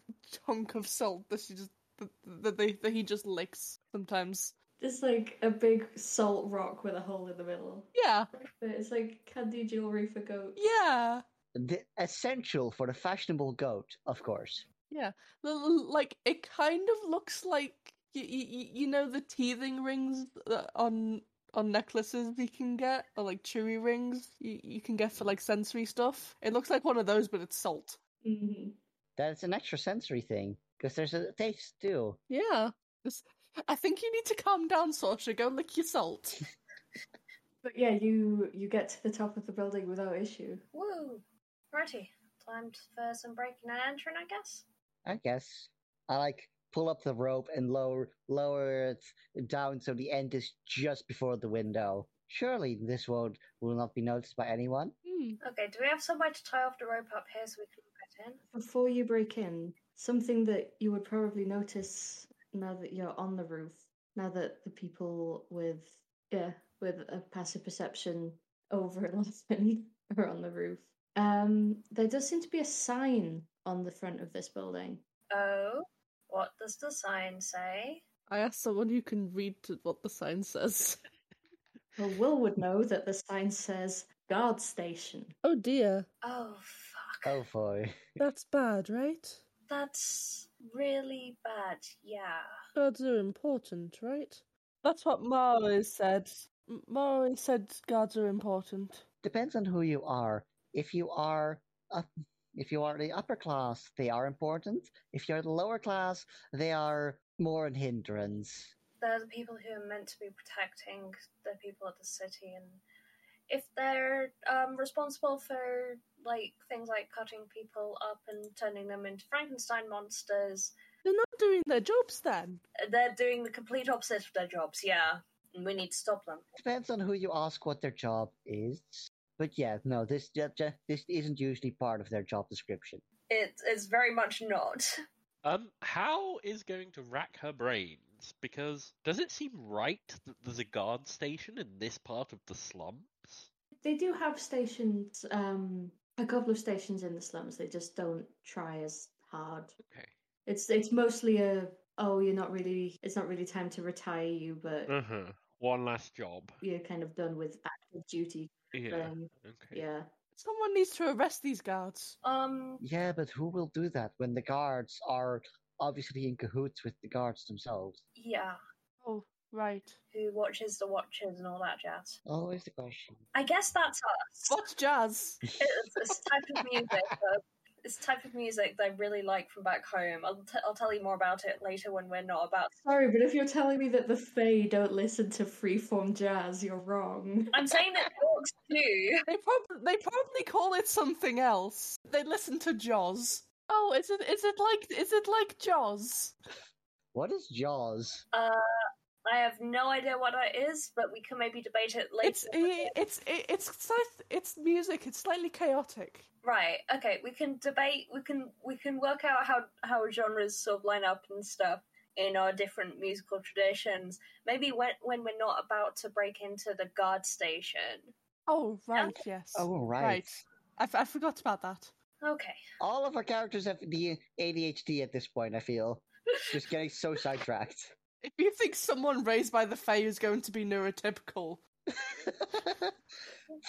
chunk of salt that she just that, that they that he just licks sometimes.
Just like a big salt rock with a hole in the middle.
Yeah,
But it's like candy jewelry for goats.
yeah,
The essential for the fashionable goat, of course.
L- l- like it kind of looks like you you, you know the teething rings that on on necklaces you can get or like chewy rings you, you can get for like sensory stuff. It looks like one of those, but it's salt.
Mm-hmm.
That's an extra sensory thing because there's a taste too.
Yeah, This- I think you need to calm down, Sorsha. Go lick your salt.
But yeah, you you get to the top of the building without issue.
Woo! Righty. Time for some breaking and entering, I guess.
I guess. I like pull up the rope and lower lower it down so the end is just before the window. Surely this won't will not be noticed by anyone.
Hmm.
Okay, do we have somewhere to tie off the rope up here so we can get in?
Before you break in, something that you would probably notice now that you're on the roof, now that the people with yeah with a passive perception over eleven are on the roof, um, there does seem to be a sign on the front of this building.
Oh, what does the sign say?
I asked someone who can read to what the sign says.
Well, Will would know that the sign says guard station.
Oh dear,
Oh, fuck.
Oh boy.
that's bad, right?
That's really bad, yeah.
Guards are important, right? That's what Ma always said. M- Ma always said guards are important.
Depends on who you are. If you are up, if you are the upper class, they are important. If you're the lower class, they are more an hindrance.
They're the people who are meant to be protecting the people of the city, and if they're um, responsible for like things like cutting people up and turning them into Frankenstein monsters,
They're not doing their jobs then.
they're doing the complete opposite of their jobs, yeah. And we need to stop them.
Depends on who you ask what their job is. But yeah, no, this ju- ju- this isn't usually part of their job description.
It is very much not.
Um, How is going to rack her brains because does it seem right that there's a guard station in this part of the slums?
They do have stations, um, a couple of stations in the slums. They just don't try as hard.
Okay.
It's it's mostly a oh you're not really it's not really time to retire you, but
Uh huh. One last job.
you're kind of done with active duty.
Yeah.
Um,
Okay.
Yeah,
Someone needs to arrest these guards.
Um,
Yeah, but who will do that when the guards are obviously in cahoots with the guards themselves?
yeah.
Oh, right.
Who watches the watchers and all that jazz?
Always the question.
I guess that's us.
What's jazz?
It's this type of music. uh, This type of music that I really like from back home. I'll, t- I'll tell you more about it later when we're not about.
sorry, but if you're telling me that the Fae don't listen to freeform jazz, you're wrong.
I'm saying that dogs do.
They probably they probably call it something else. They listen to Jaws. Oh, is it is it like is it like Jaws?
What is Jaws?
Uh, I have no idea what that is, but we can maybe debate it later.
It's eh. it's it's it's slight- it's music. It's slightly chaotic.
Right. Okay. We can debate. We can we can work out how how genres sort of line up and stuff. in our different musical traditions. Maybe when when we're not about to break into the guard station.
Oh, right, yes.
Oh, right.
I, f- I forgot about that.
Okay.
All of our characters have the ADHD at this point, I feel. Just getting so sidetracked.
If you think someone raised by the Fae is going to be neurotypical,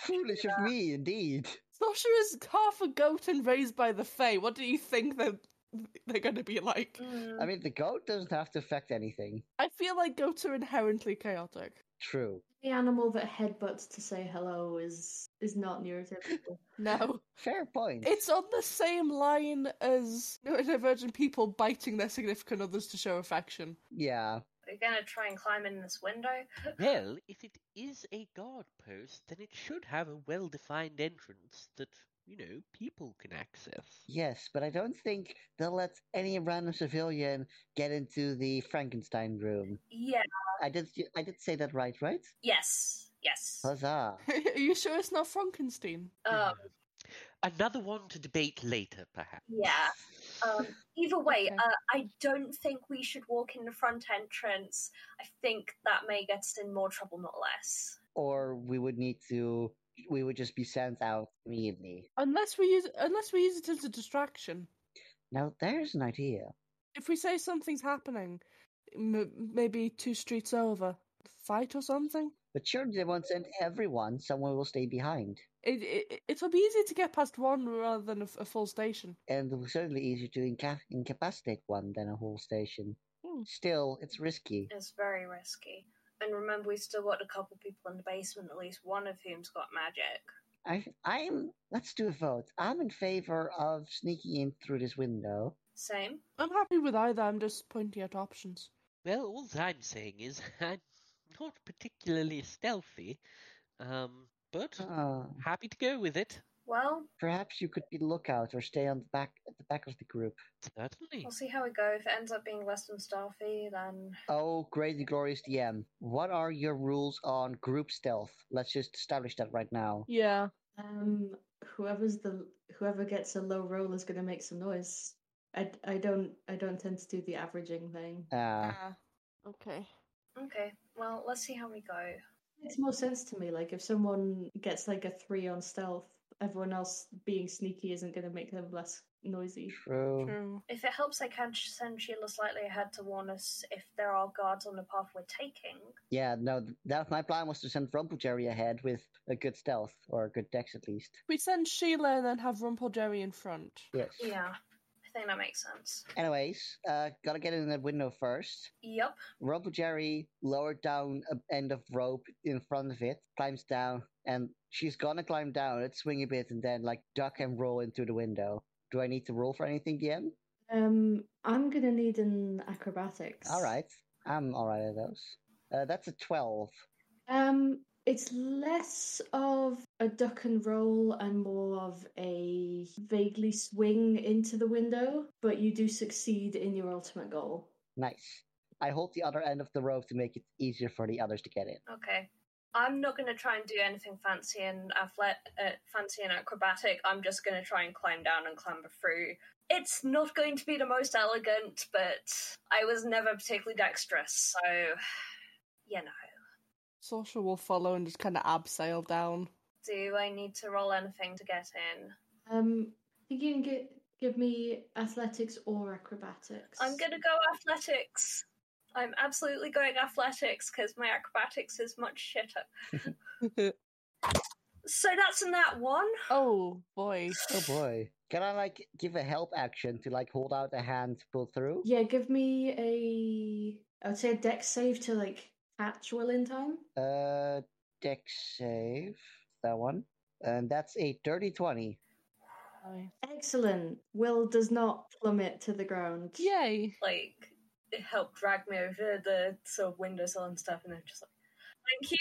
Foolish of me, indeed.
Sasha is half a goat and raised by the Fae. What do you think they're, they're going to be like?
Mm.
I mean, the goat doesn't have to affect anything.
I feel like goats are inherently chaotic.
True.
The animal that headbutts to say hello is is not neurotypical.
No.
Fair point.
It's on the same line as neurodivergent people biting their significant others to show affection.
Yeah.
We're gonna try and climb in this window.
Well, if it is a guard post, then it should have a well defined entrance that, you know, people can access.
Yes, but I don't think they'll let any random civilian get into the Frankenstein room.
Yeah.
I did. I did say that right, right?
Yes. Yes.
Huzzah!
are you sure it's not Frankenstein?
Um,
Another one to debate later, perhaps.
Yeah, um, either way,
Okay.
uh, I don't think we should walk in the front entrance. I think that may get us in more trouble, not less.
Or we would need to. We would just be sent out immediately.
Unless we use unless we use it as a distraction.
Now there's an idea.
If we say something's happening, m- maybe two streets over, fight or something.
But surely they won't send everyone. Someone will stay behind,
It, it it'll be easy to get past one rather than a, f- a full station.
and it was certainly easier to inca- incapacitate one than a whole station.
Hmm.
Still, it's risky.
It's very risky. And remember, we've still got a couple people in the basement, at least one of whom's got magic.
I, I'm. Let's do a vote. I'm in favor of sneaking in through this window.
Same.
I'm happy with either. I'm just pointing out options.
Well, all that I'm saying is I'm not particularly stealthy, um, but
Uh,
happy to go with it.
Well,
perhaps you could be lookout or stay on the back at the back of the group.
Certainly.
we'll see how we go. If it ends up being less than stealthy, then
Oh, great and glorious DM. What are your rules on group stealth? Let's just establish that right now.
Yeah.
Um, whoever's the whoever gets a low roll is going to make some noise. I, I don't I don't tend to do the averaging thing.
Uh,
Ah. okay.
okay. Well, let's see how we go.
Makes more sense to me. Like if someone gets like a three on stealth, everyone else being sneaky isn't going to make them less noisy.
true.
True.
If it helps, I can sh- send Sheila slightly ahead to warn us if there are guards on the path we're taking.
Yeah, no, th- that my plan was to send Rumpeljerry ahead with a good stealth or a good dex at least.
We send Sheila and then have Rumpeljerry in front.
Yes.
Yeah, I think that makes sense.
Anyways, uh, gotta get in that window first.
Yep.
Rumpeljerry lowered down a end of rope in front of it, climbs down, and she's gonna climb down. Let's swing a bit and then like duck and roll into the window. Do I need to roll for anything, DM?
Um, I'm going to need an acrobatics.
All right, I'm all right at those. Uh, that's a twelve.
Um, it's less of a duck and roll and more of a vaguely swing into the window, but you do succeed in your ultimate goal.
Nice. I hold the other end of the rope to make it easier for the others to get in.
Okay. I'm not going to try and do anything fancy and athlete, uh, fancy and acrobatic. I'm just going to try and climb down and clamber through. It's not going to be the most elegant, but I was never particularly dexterous, so you know.
Sasha will follow and just kind of abseil down.
Do I need to roll anything to get in?
Um, I think you can get, give me athletics or acrobatics.
I'm going to go athletics. I'm absolutely going athletics because my acrobatics is much shitter. So that's in that one.
oh boy.
Oh boy! Can I like give a help action to like hold out a hand to pull through?
Yeah, give me a. I would say a deck save to like catch well in time.
Uh, deck save that one, and that's a dirty twenty.
Excellent. Will does not plummet to the ground.
Yay.
Like, it helped drag me over the sort of windowsill and stuff, and then just like, thank you.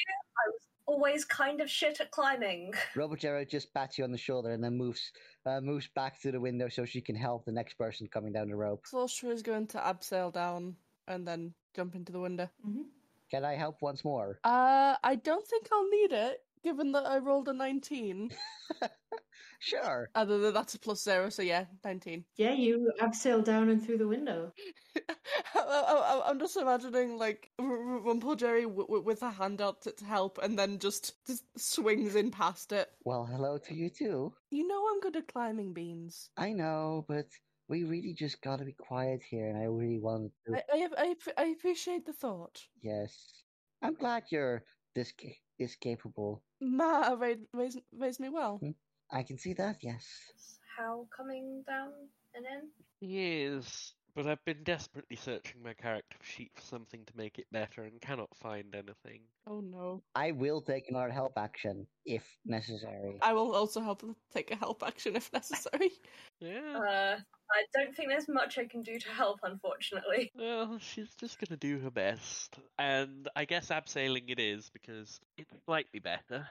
I was always kind of shit at climbing.
Robert Jarrett just pats you on the shoulder and then moves uh, moves back to the window so she can help the next person coming down the rope.
Sasha is going to abseil down and then jump into the window.
Mhm.
Can I help once more?
Uh, I don't think I'll need it, given that I rolled a 19.
Sure.
Other than that's a plus zero, so yeah, 19.
Yeah, you abseil down and through the window.
I, I, I'm just imagining like R- R- Rumple Jerry w- w- with her hand out to, to help, and then just, just swings in past it.
Well, hello to you too.
You know I'm good at climbing beans.
I know, but we really just gotta be quiet here, and I really wanted to.
I I, I, app- I appreciate the thought.
Yes. I'm glad you're this, ca- this capable.
Ma raised raised, raised me well.
I can see that, yes.
How coming down and in?
Yes, but I've been desperately searching my character sheet for something to make it better and cannot find anything.
Oh no!
I will take another help action if necessary.
I will also help take a help action if necessary.
Yeah.
Uh, I don't think there's much I can do to help, unfortunately.
Well, she's just gonna do her best, and I guess abseiling it is because it's slightly better.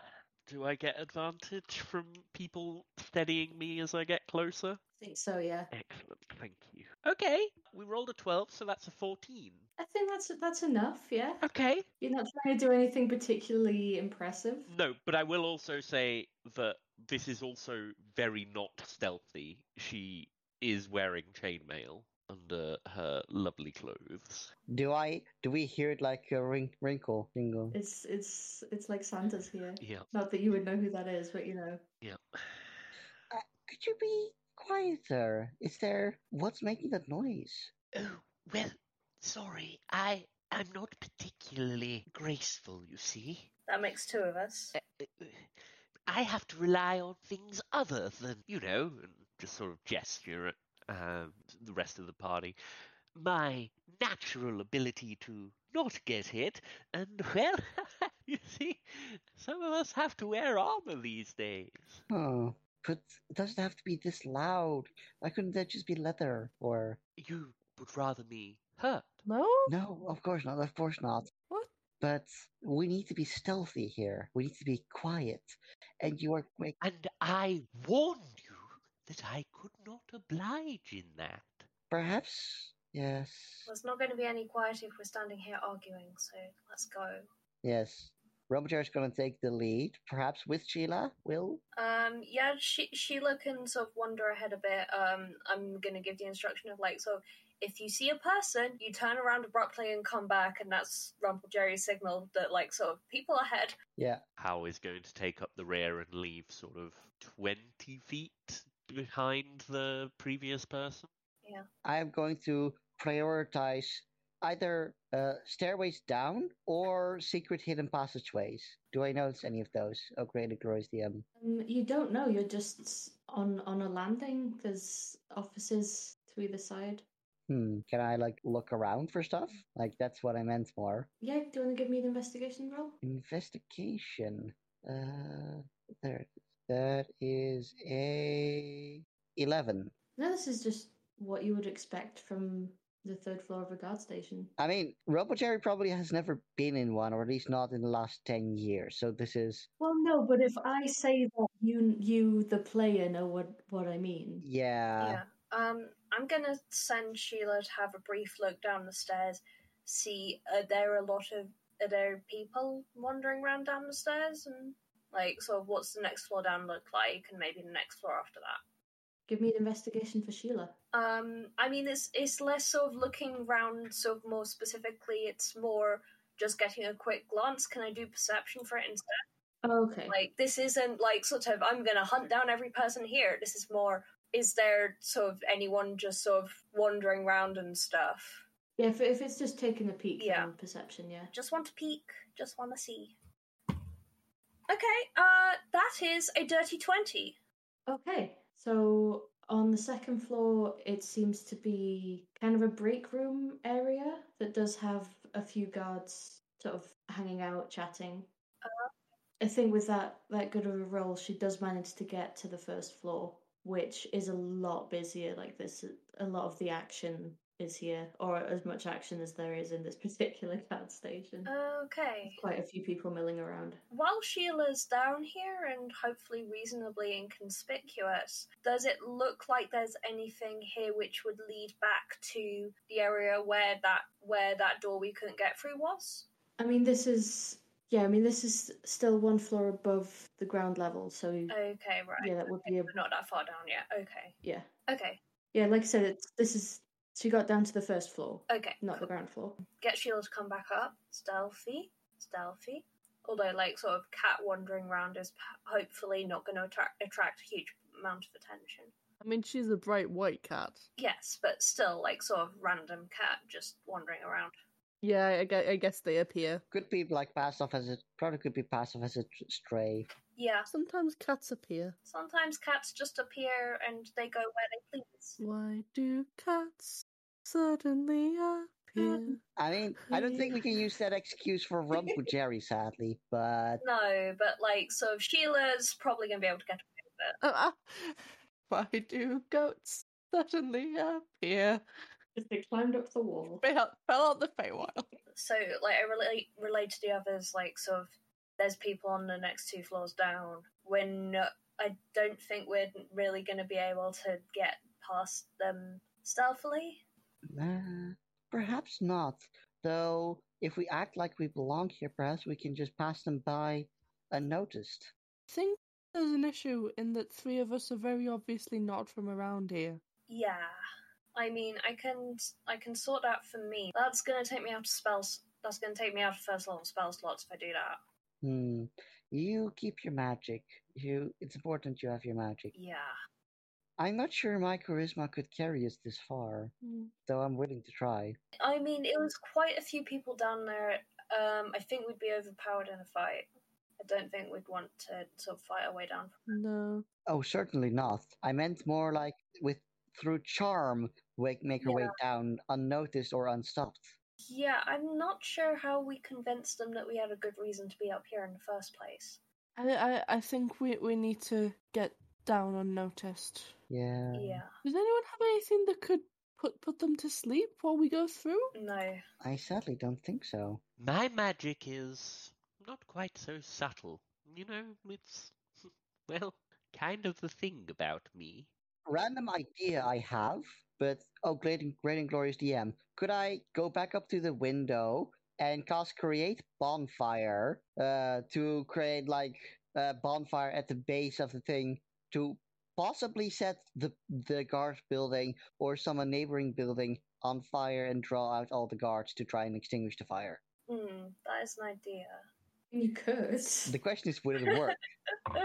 Do I get advantage from people steadying me as I get closer?
I think so, yeah.
Excellent, thank you. Okay, we rolled a 12, so that's a 14.
I think that's that's enough, yeah.
Okay.
You're not trying to do anything particularly impressive.
No, but I will also say that this is also very not stealthy. She is wearing chainmail under her lovely clothes.
Do I? Do we hear it like a wrin- wrinkle? Jingle.
It's it's it's like Santa's here.
Yeah,
Not that you would know who that is, but you know.
yeah.
Could you be quieter? Is there? What's making that noise?
Oh, well, sorry. I I'm not particularly graceful, you see.
That makes two of us.
I have to rely on things other than, you know, and just sort of gesture at um, the rest of the party. My natural ability to not get hit, and well, you see, some of us have to wear armor these days.
Oh, but it doesn't have to be this loud. Why couldn't that just be leather? Or
You would rather me hurt.
No?
no, of course not. Of course not.
What?
But we need to be stealthy here. We need to be quiet. And you are quick.
And I warned you that I could not oblige in that.
Perhaps. Yes.
There's not going to be any quiet if we're standing here arguing, so let's go.
Yes. Robotar is going to take the lead, perhaps with Sheila. Will
Um, yeah, she, Sheila can sort of wander ahead a bit. Um, I'm going to give the instruction of like, sort of, if you see a person, you turn around abruptly and come back, and that's Rumple Jerry's signal that like, sort of, people ahead.
yeah.
How is going to take up the rear and leave sort of 20 feet behind the previous person.
I am going to prioritize either uh, stairways down or secret hidden passageways. Do I notice any of those? Oh, great, glorious DM.
Um, you don't know. You're just on on a landing. There's offices to either side.
Hmm. Can I like look around for stuff? Like that's what I meant more.
Yeah. Do you want to give me an investigation roll?
Investigation. Uh, there. That is a eleven.
No, this is just what you would expect from the third floor of a guard station.
I mean, Robo Jerry probably has never been in one, or at least not in the last ten years. So this is
Well, no, but if I say that, you you the player know what what I mean.
yeah.
yeah. Um, I'm going to send Sheila to have a brief look down the stairs, see are there a lot of are there people wandering around down the stairs, and like, sort of, what's the next floor down look like, and maybe the next floor after that.
Give me an investigation for Sheila.
Um, I mean, it's it's less sort of looking round, sort of more specifically. It's more just getting a quick glance. Can I do perception for it instead?
Okay.
Like, this isn't like sort of I'm going to hunt down every person here. This is more. Is there sort of anyone just sort of wandering around and stuff?
Yeah, if, if it's just taking a peek
Yeah.
on perception, yeah.
Just want to peek. Just want to see. Okay, uh, that is a dirty twenty.
Okay. So on the second floor, it seems to be kind of a break room area that does have a few guards sort of hanging out, chatting. I think with that that good of a roll, she does manage to get to the first floor, which is a lot busier. Like this, a lot of the action is here, or as much action as there is in this particular guard station.
Okay.
Quite a few people milling around.
While Sheila's down here and hopefully reasonably inconspicuous, does it look like there's anything here which would lead back to the area where that where that door we couldn't get through was?
I mean, this is Yeah, I mean, this is still one floor above the ground level, so
Okay, Oh, right.
yeah, that would
Okay,
be a
we're not that far down yet. Okay.
yeah,
Okay.
yeah. Like I said, it's, this is she got down to the first floor,
Okay.
not the ground floor.
Get Sheila to come back up. Stealthy. Stealthy. Although, like, sort of cat wandering around is p- hopefully not going to attract, attract a huge amount of attention.
I mean, she's a bright white cat.
Yes, but still, like, sort of random cat just wandering around.
Yeah, I guess, I guess they appear.
Could be like passed off as a probably could be passed off as a tr- stray.
Yeah.
Sometimes cats appear.
Sometimes cats just appear and they go where they please.
Why do cats suddenly appear?
I mean, I don't think we can use that excuse for Rumble Jerry, sadly, but
No, but like, sort of, Sheila's probably going to be able to get away with it.
Oh, ah. Why do goats suddenly appear?
If they climbed up the wall,
Fell out, fell out the Feywild.
so like I relate relate to the others like sort of there's people on the next two floors down when I don't think we're really going to be able to get past them stealthily.
uh, perhaps not. Though, if we act like we belong here, perhaps we can just pass them by unnoticed.
I think there's an issue in that three of us are very obviously not from around here.
Yeah. I mean, I can I can sort that for me. That's going to take me out of spells. That's going to take me out of first level spell slots if I do that.
Hmm. You keep your magic. You. It's important you have your magic.
Yeah.
I'm not sure my charisma could carry us this far, though I'm willing to try.
I mean, it was quite a few people down there. Um, I think we'd be overpowered in a fight. I don't think we'd want to sort of fight our way down.
No.
Oh, certainly not. I meant more like with through charm, wake, make her way down unnoticed or unstopped.
Yeah, I'm not sure how we convinced them that we had a good reason to be up here in the first place.
I, I, I think we, we need to get down unnoticed.
Yeah.
Yeah,
Does anyone have anything that could put, put them to sleep while we go through?
no.
I sadly don't think so.
My magic is not quite so subtle. You know, it's, well, kind of the thing about me.
Random idea I have, but oh, great and, great and glorious DM. Could I go back up to the window and cast create bonfire uh, to create like a bonfire at the base of the thing to possibly set the the guard building or some neighboring building on fire and draw out all the guards to try and extinguish the fire.
Hmm, that is an idea.
you could.
The question is, would it work?
Uh,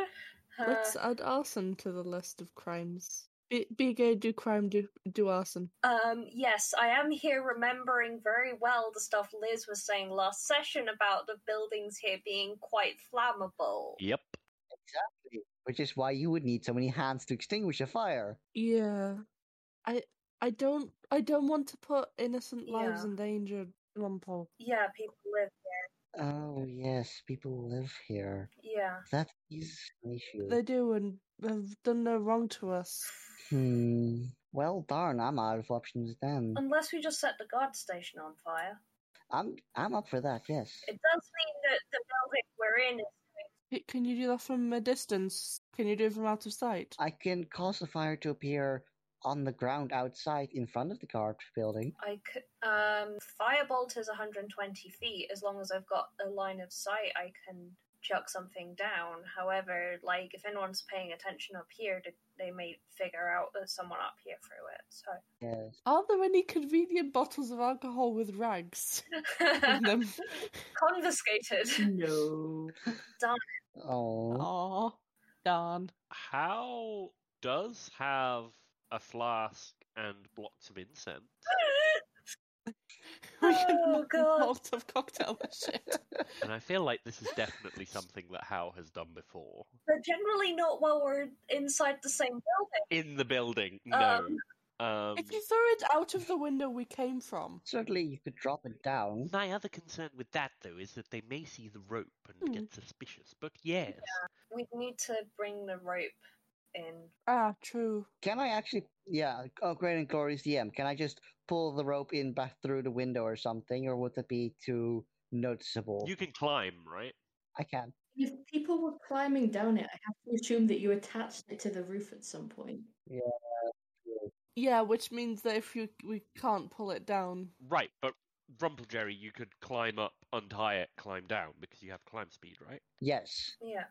Let's add arson to the list of crimes. Be, be gay, do crime, do, do arson.
um, yes, I am here remembering very well the stuff Liz was saying last session about the buildings here being quite flammable.
Yep.
exactly. Which is why you would need so many hands to extinguish a fire.
Yeah. I I don't I don't want to put innocent lives
Yeah.
in danger, Rumpel.
Yeah, people live
Oh yes, people live here.
here. Yeah.
That is an issue.
They do and have done no wrong to us.
Hmm. Well, darn, I'm out of options then.
Unless we just set the guard station on fire.
I'm I'm up for that. Yes.
It does mean that the building we're in is.
C- Can you do that from a distance? Can you do it from out of sight?
I can cause the fire to appear on the ground outside in front of the guard building.
I could, um, firebolt is 120 feet. As long as I've got a line of sight, I can chuck something down. However, like if anyone's paying attention up here, th- they may figure out there's someone up here through it.
Yes.
Are there any convenient bottles of alcohol with rags in
So
them?
confiscated.
No.
Oh.
Aw, darn.
How does have a flask and blocks of incense?
We can
Oh,
make
God.
lots of cocktail and shit.
And I feel like this is definitely something that How has done before.
They're generally not while we're inside the same building.
In the building, no. Um,
if you throw it out of the window we came from,
Certainly, you could drop it down.
My other concern with that, though, is that they may see the rope and
Hmm.
get suspicious. But yes,
We need to bring the rope in.
ah, true.
Can I actually? Yeah. Oh, great and glorious DM. Can I just pull the rope in back through the window or something, or would that be too noticeable?
you can climb, right?
I can.
If people were climbing down it, I have to assume that you attached it to the roof at some point.
Yeah, which means that if you we can't pull it down,
Right, but Rumple Jerry, you could climb up, untie it, climb down because you have climb speed, right?
Yes.
Yeah.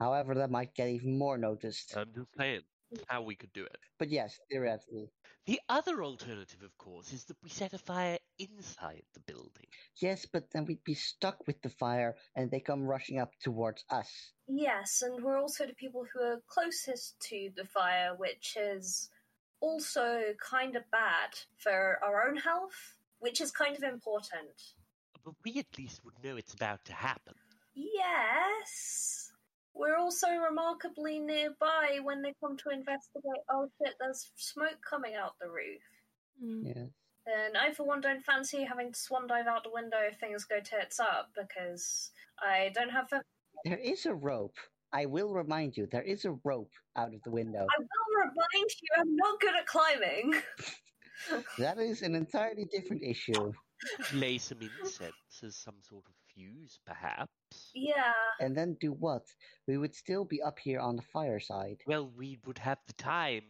However, that might get even more noticed.
I'm just saying how we could do it.
but yes, theoretically.
The other alternative, of course, is that we set a fire inside the building.
Yes, but then we'd be stuck with the fire and they come rushing up towards us.
Yes, and we're also the people who are closest to the fire, which is also kind of bad for our own health, which is kind of important.
But we at least would know it's about to happen.
Yes. We're also remarkably nearby when they come to investigate. Oh shit, there's smoke coming out the roof.
Hmm.
Yes.
And I, for one, don't fancy having to swan dive out the window if things go tits up because I don't have the
There is a rope. I will remind you, there is a rope out of the window.
I will remind you, I'm not good at climbing.
That is an entirely different issue.
Lay some incense as some sort of fuse, perhaps.
yeah,
And then do what? We would still be up here on the fireside.
Well, we would have the time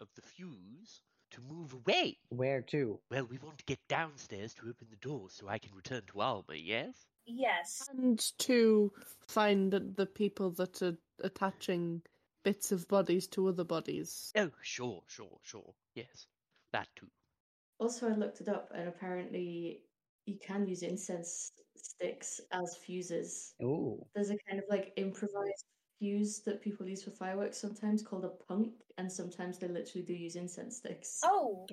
of the fuse to move away.
Where to?
Well, we want to get downstairs to open the door so I can return to Alma, yes?
yes.
And to find the people that are attaching bits of bodies to other bodies.
Oh, sure, sure, sure. Yes, that too.
Also, I looked it up, and apparently, you can use incense sticks as fuses.
Ooh.
There's a kind of like improvised fuse that people use for fireworks sometimes called a punk, and sometimes they literally do use incense sticks.
Oh,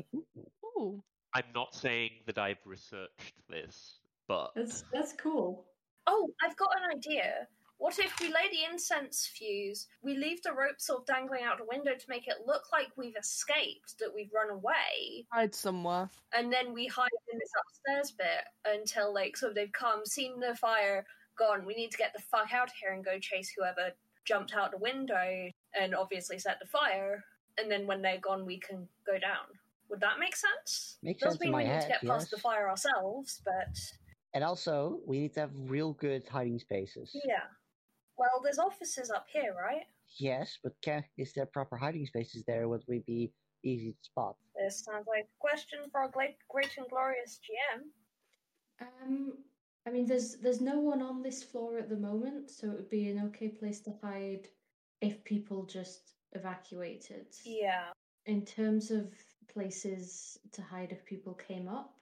Ooh.
I'm not saying that I've researched this, but
That's that's cool.
oh, I've got an idea. What if we lay the incense fuse, we leave the rope sort of dangling out the window to make it look like we've escaped, that we've run away,
Hide somewhere.
and then we hide in this upstairs bit until, like, sort of they've come, seen the fire, gone, we need to get the fuck out of here and go chase whoever jumped out the window and obviously set the fire, and then when they're gone, we can go down. Would that make sense?
Makes
Does
sense in
mean
my
we need
head,
to get past the
yes.
fire ourselves, but
And also, we need to have real good hiding spaces.
yeah. Well, there's offices up here, right?
Yes, but can, is there proper hiding spaces there? Would we be easy to spot?
This sounds like a question for our great, great and glorious GM.
Um, I mean, there's there's no one on this floor at the moment, so it would be an okay place to hide if people just evacuated.
Yeah.
In terms of places to hide if people came up,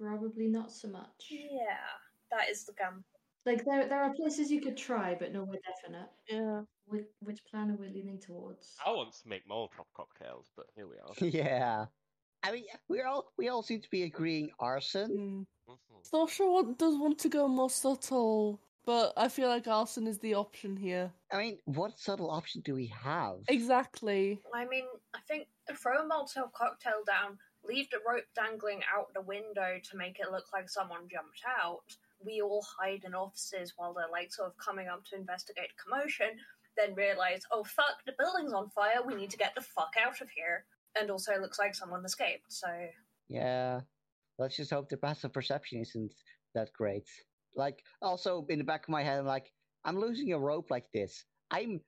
probably not so much.
Yeah. That is the gum.
Like there there are places you could try, but nowhere definite.
Yeah.
Which, which plan are we leaning towards?
I want to make Molotov cocktails, but here we are.
yeah. I mean, we all we all seem to be agreeing arson.
Mm.
Mhm.
Thosha wa- does want to go more subtle, but I feel like arson is the option here.
I mean, what subtle option do we have?
Exactly.
I mean, I think throw a Molotov cocktail down, leave the rope dangling out the window to make it look like someone jumped out. We all hide in offices while they're like sort of coming up to investigate commotion, then realize, oh fuck, the building's on fire, we need to get the fuck out of here. And also, it looks like someone escaped, so.
Yeah. Let's just hope the passive perception isn't that great. Like, also in the back of my head, I'm like, I'm losing a rope like this. I'm,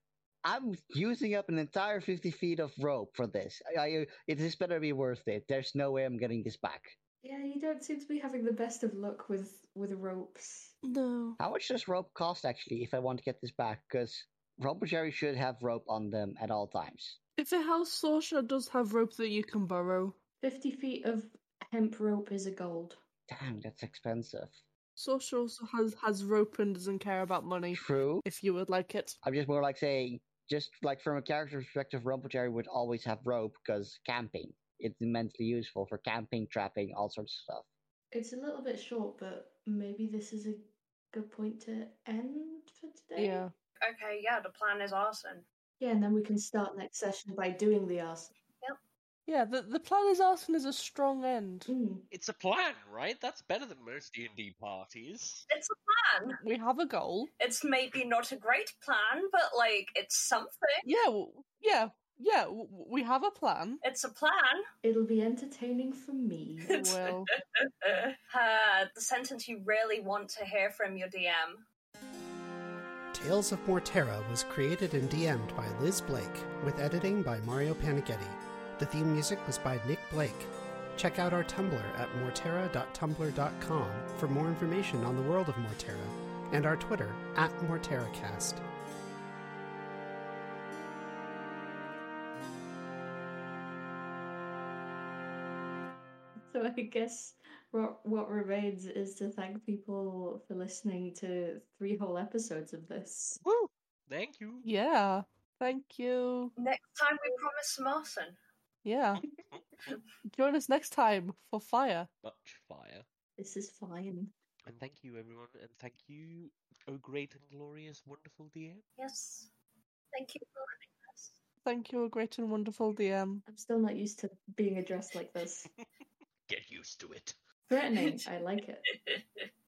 I'm using up an entire 50 feet of rope for this. I, I, it is better be worth it. There's no way I'm getting this back.
Yeah, you don't seem to be having the best of luck with with ropes.
No.
How much does rope cost actually? If I want to get this back, because Robert Jerry should have rope on them at all times.
If a house Thosha does have rope that you can borrow,
Fifty feet of hemp rope is a gold.
Damn, that's expensive.
Thosha also has, has rope and doesn't care about money,
True.
if you would like it.
I'm just more like saying, just like from a character perspective, Rumpelcherry would always have rope because camping. It's immensely useful for camping, trapping, all sorts of stuff.
It's a little bit short, but maybe this is a good point to end for today.
Yeah.
Okay, yeah, the plan is arson.
Yeah, and then we can start next session by doing the arson.
Yeah, the, the plan is arson is a strong end.
Mm.
It's a plan, right? That's better than most D&D parties.
It's a plan!
We have a goal.
It's maybe not a great plan, but like, it's something.
Yeah, w- yeah, yeah, w- w- we have a plan.
It's a plan.
It'll be entertaining for me.
Well,
Uh, the sentence you really want to hear from your DM.
Tales of Morterra was created and DM'd by Liz Blake, with editing by Mario Panichetti. The theme music was by Nick Blake. Check out our Tumblr at morterra.tumblr.com for more information on the world of Morterra, and our Twitter at MorterraCast.
So I guess what what remains is to thank people for listening to three whole episodes of this.
Woo! Thank you.
Yeah. Thank you.
Next time we promise Martin.
Yeah. Join us next time for fire.
Much fire.
This is fine.
And thank you, everyone. And thank you, oh great and glorious, wonderful DM.
Yes. Thank you for letting us.
Thank you, a great and wonderful DM.
I'm still not used to being addressed like this.
Get used to it.
Threatening. I like it.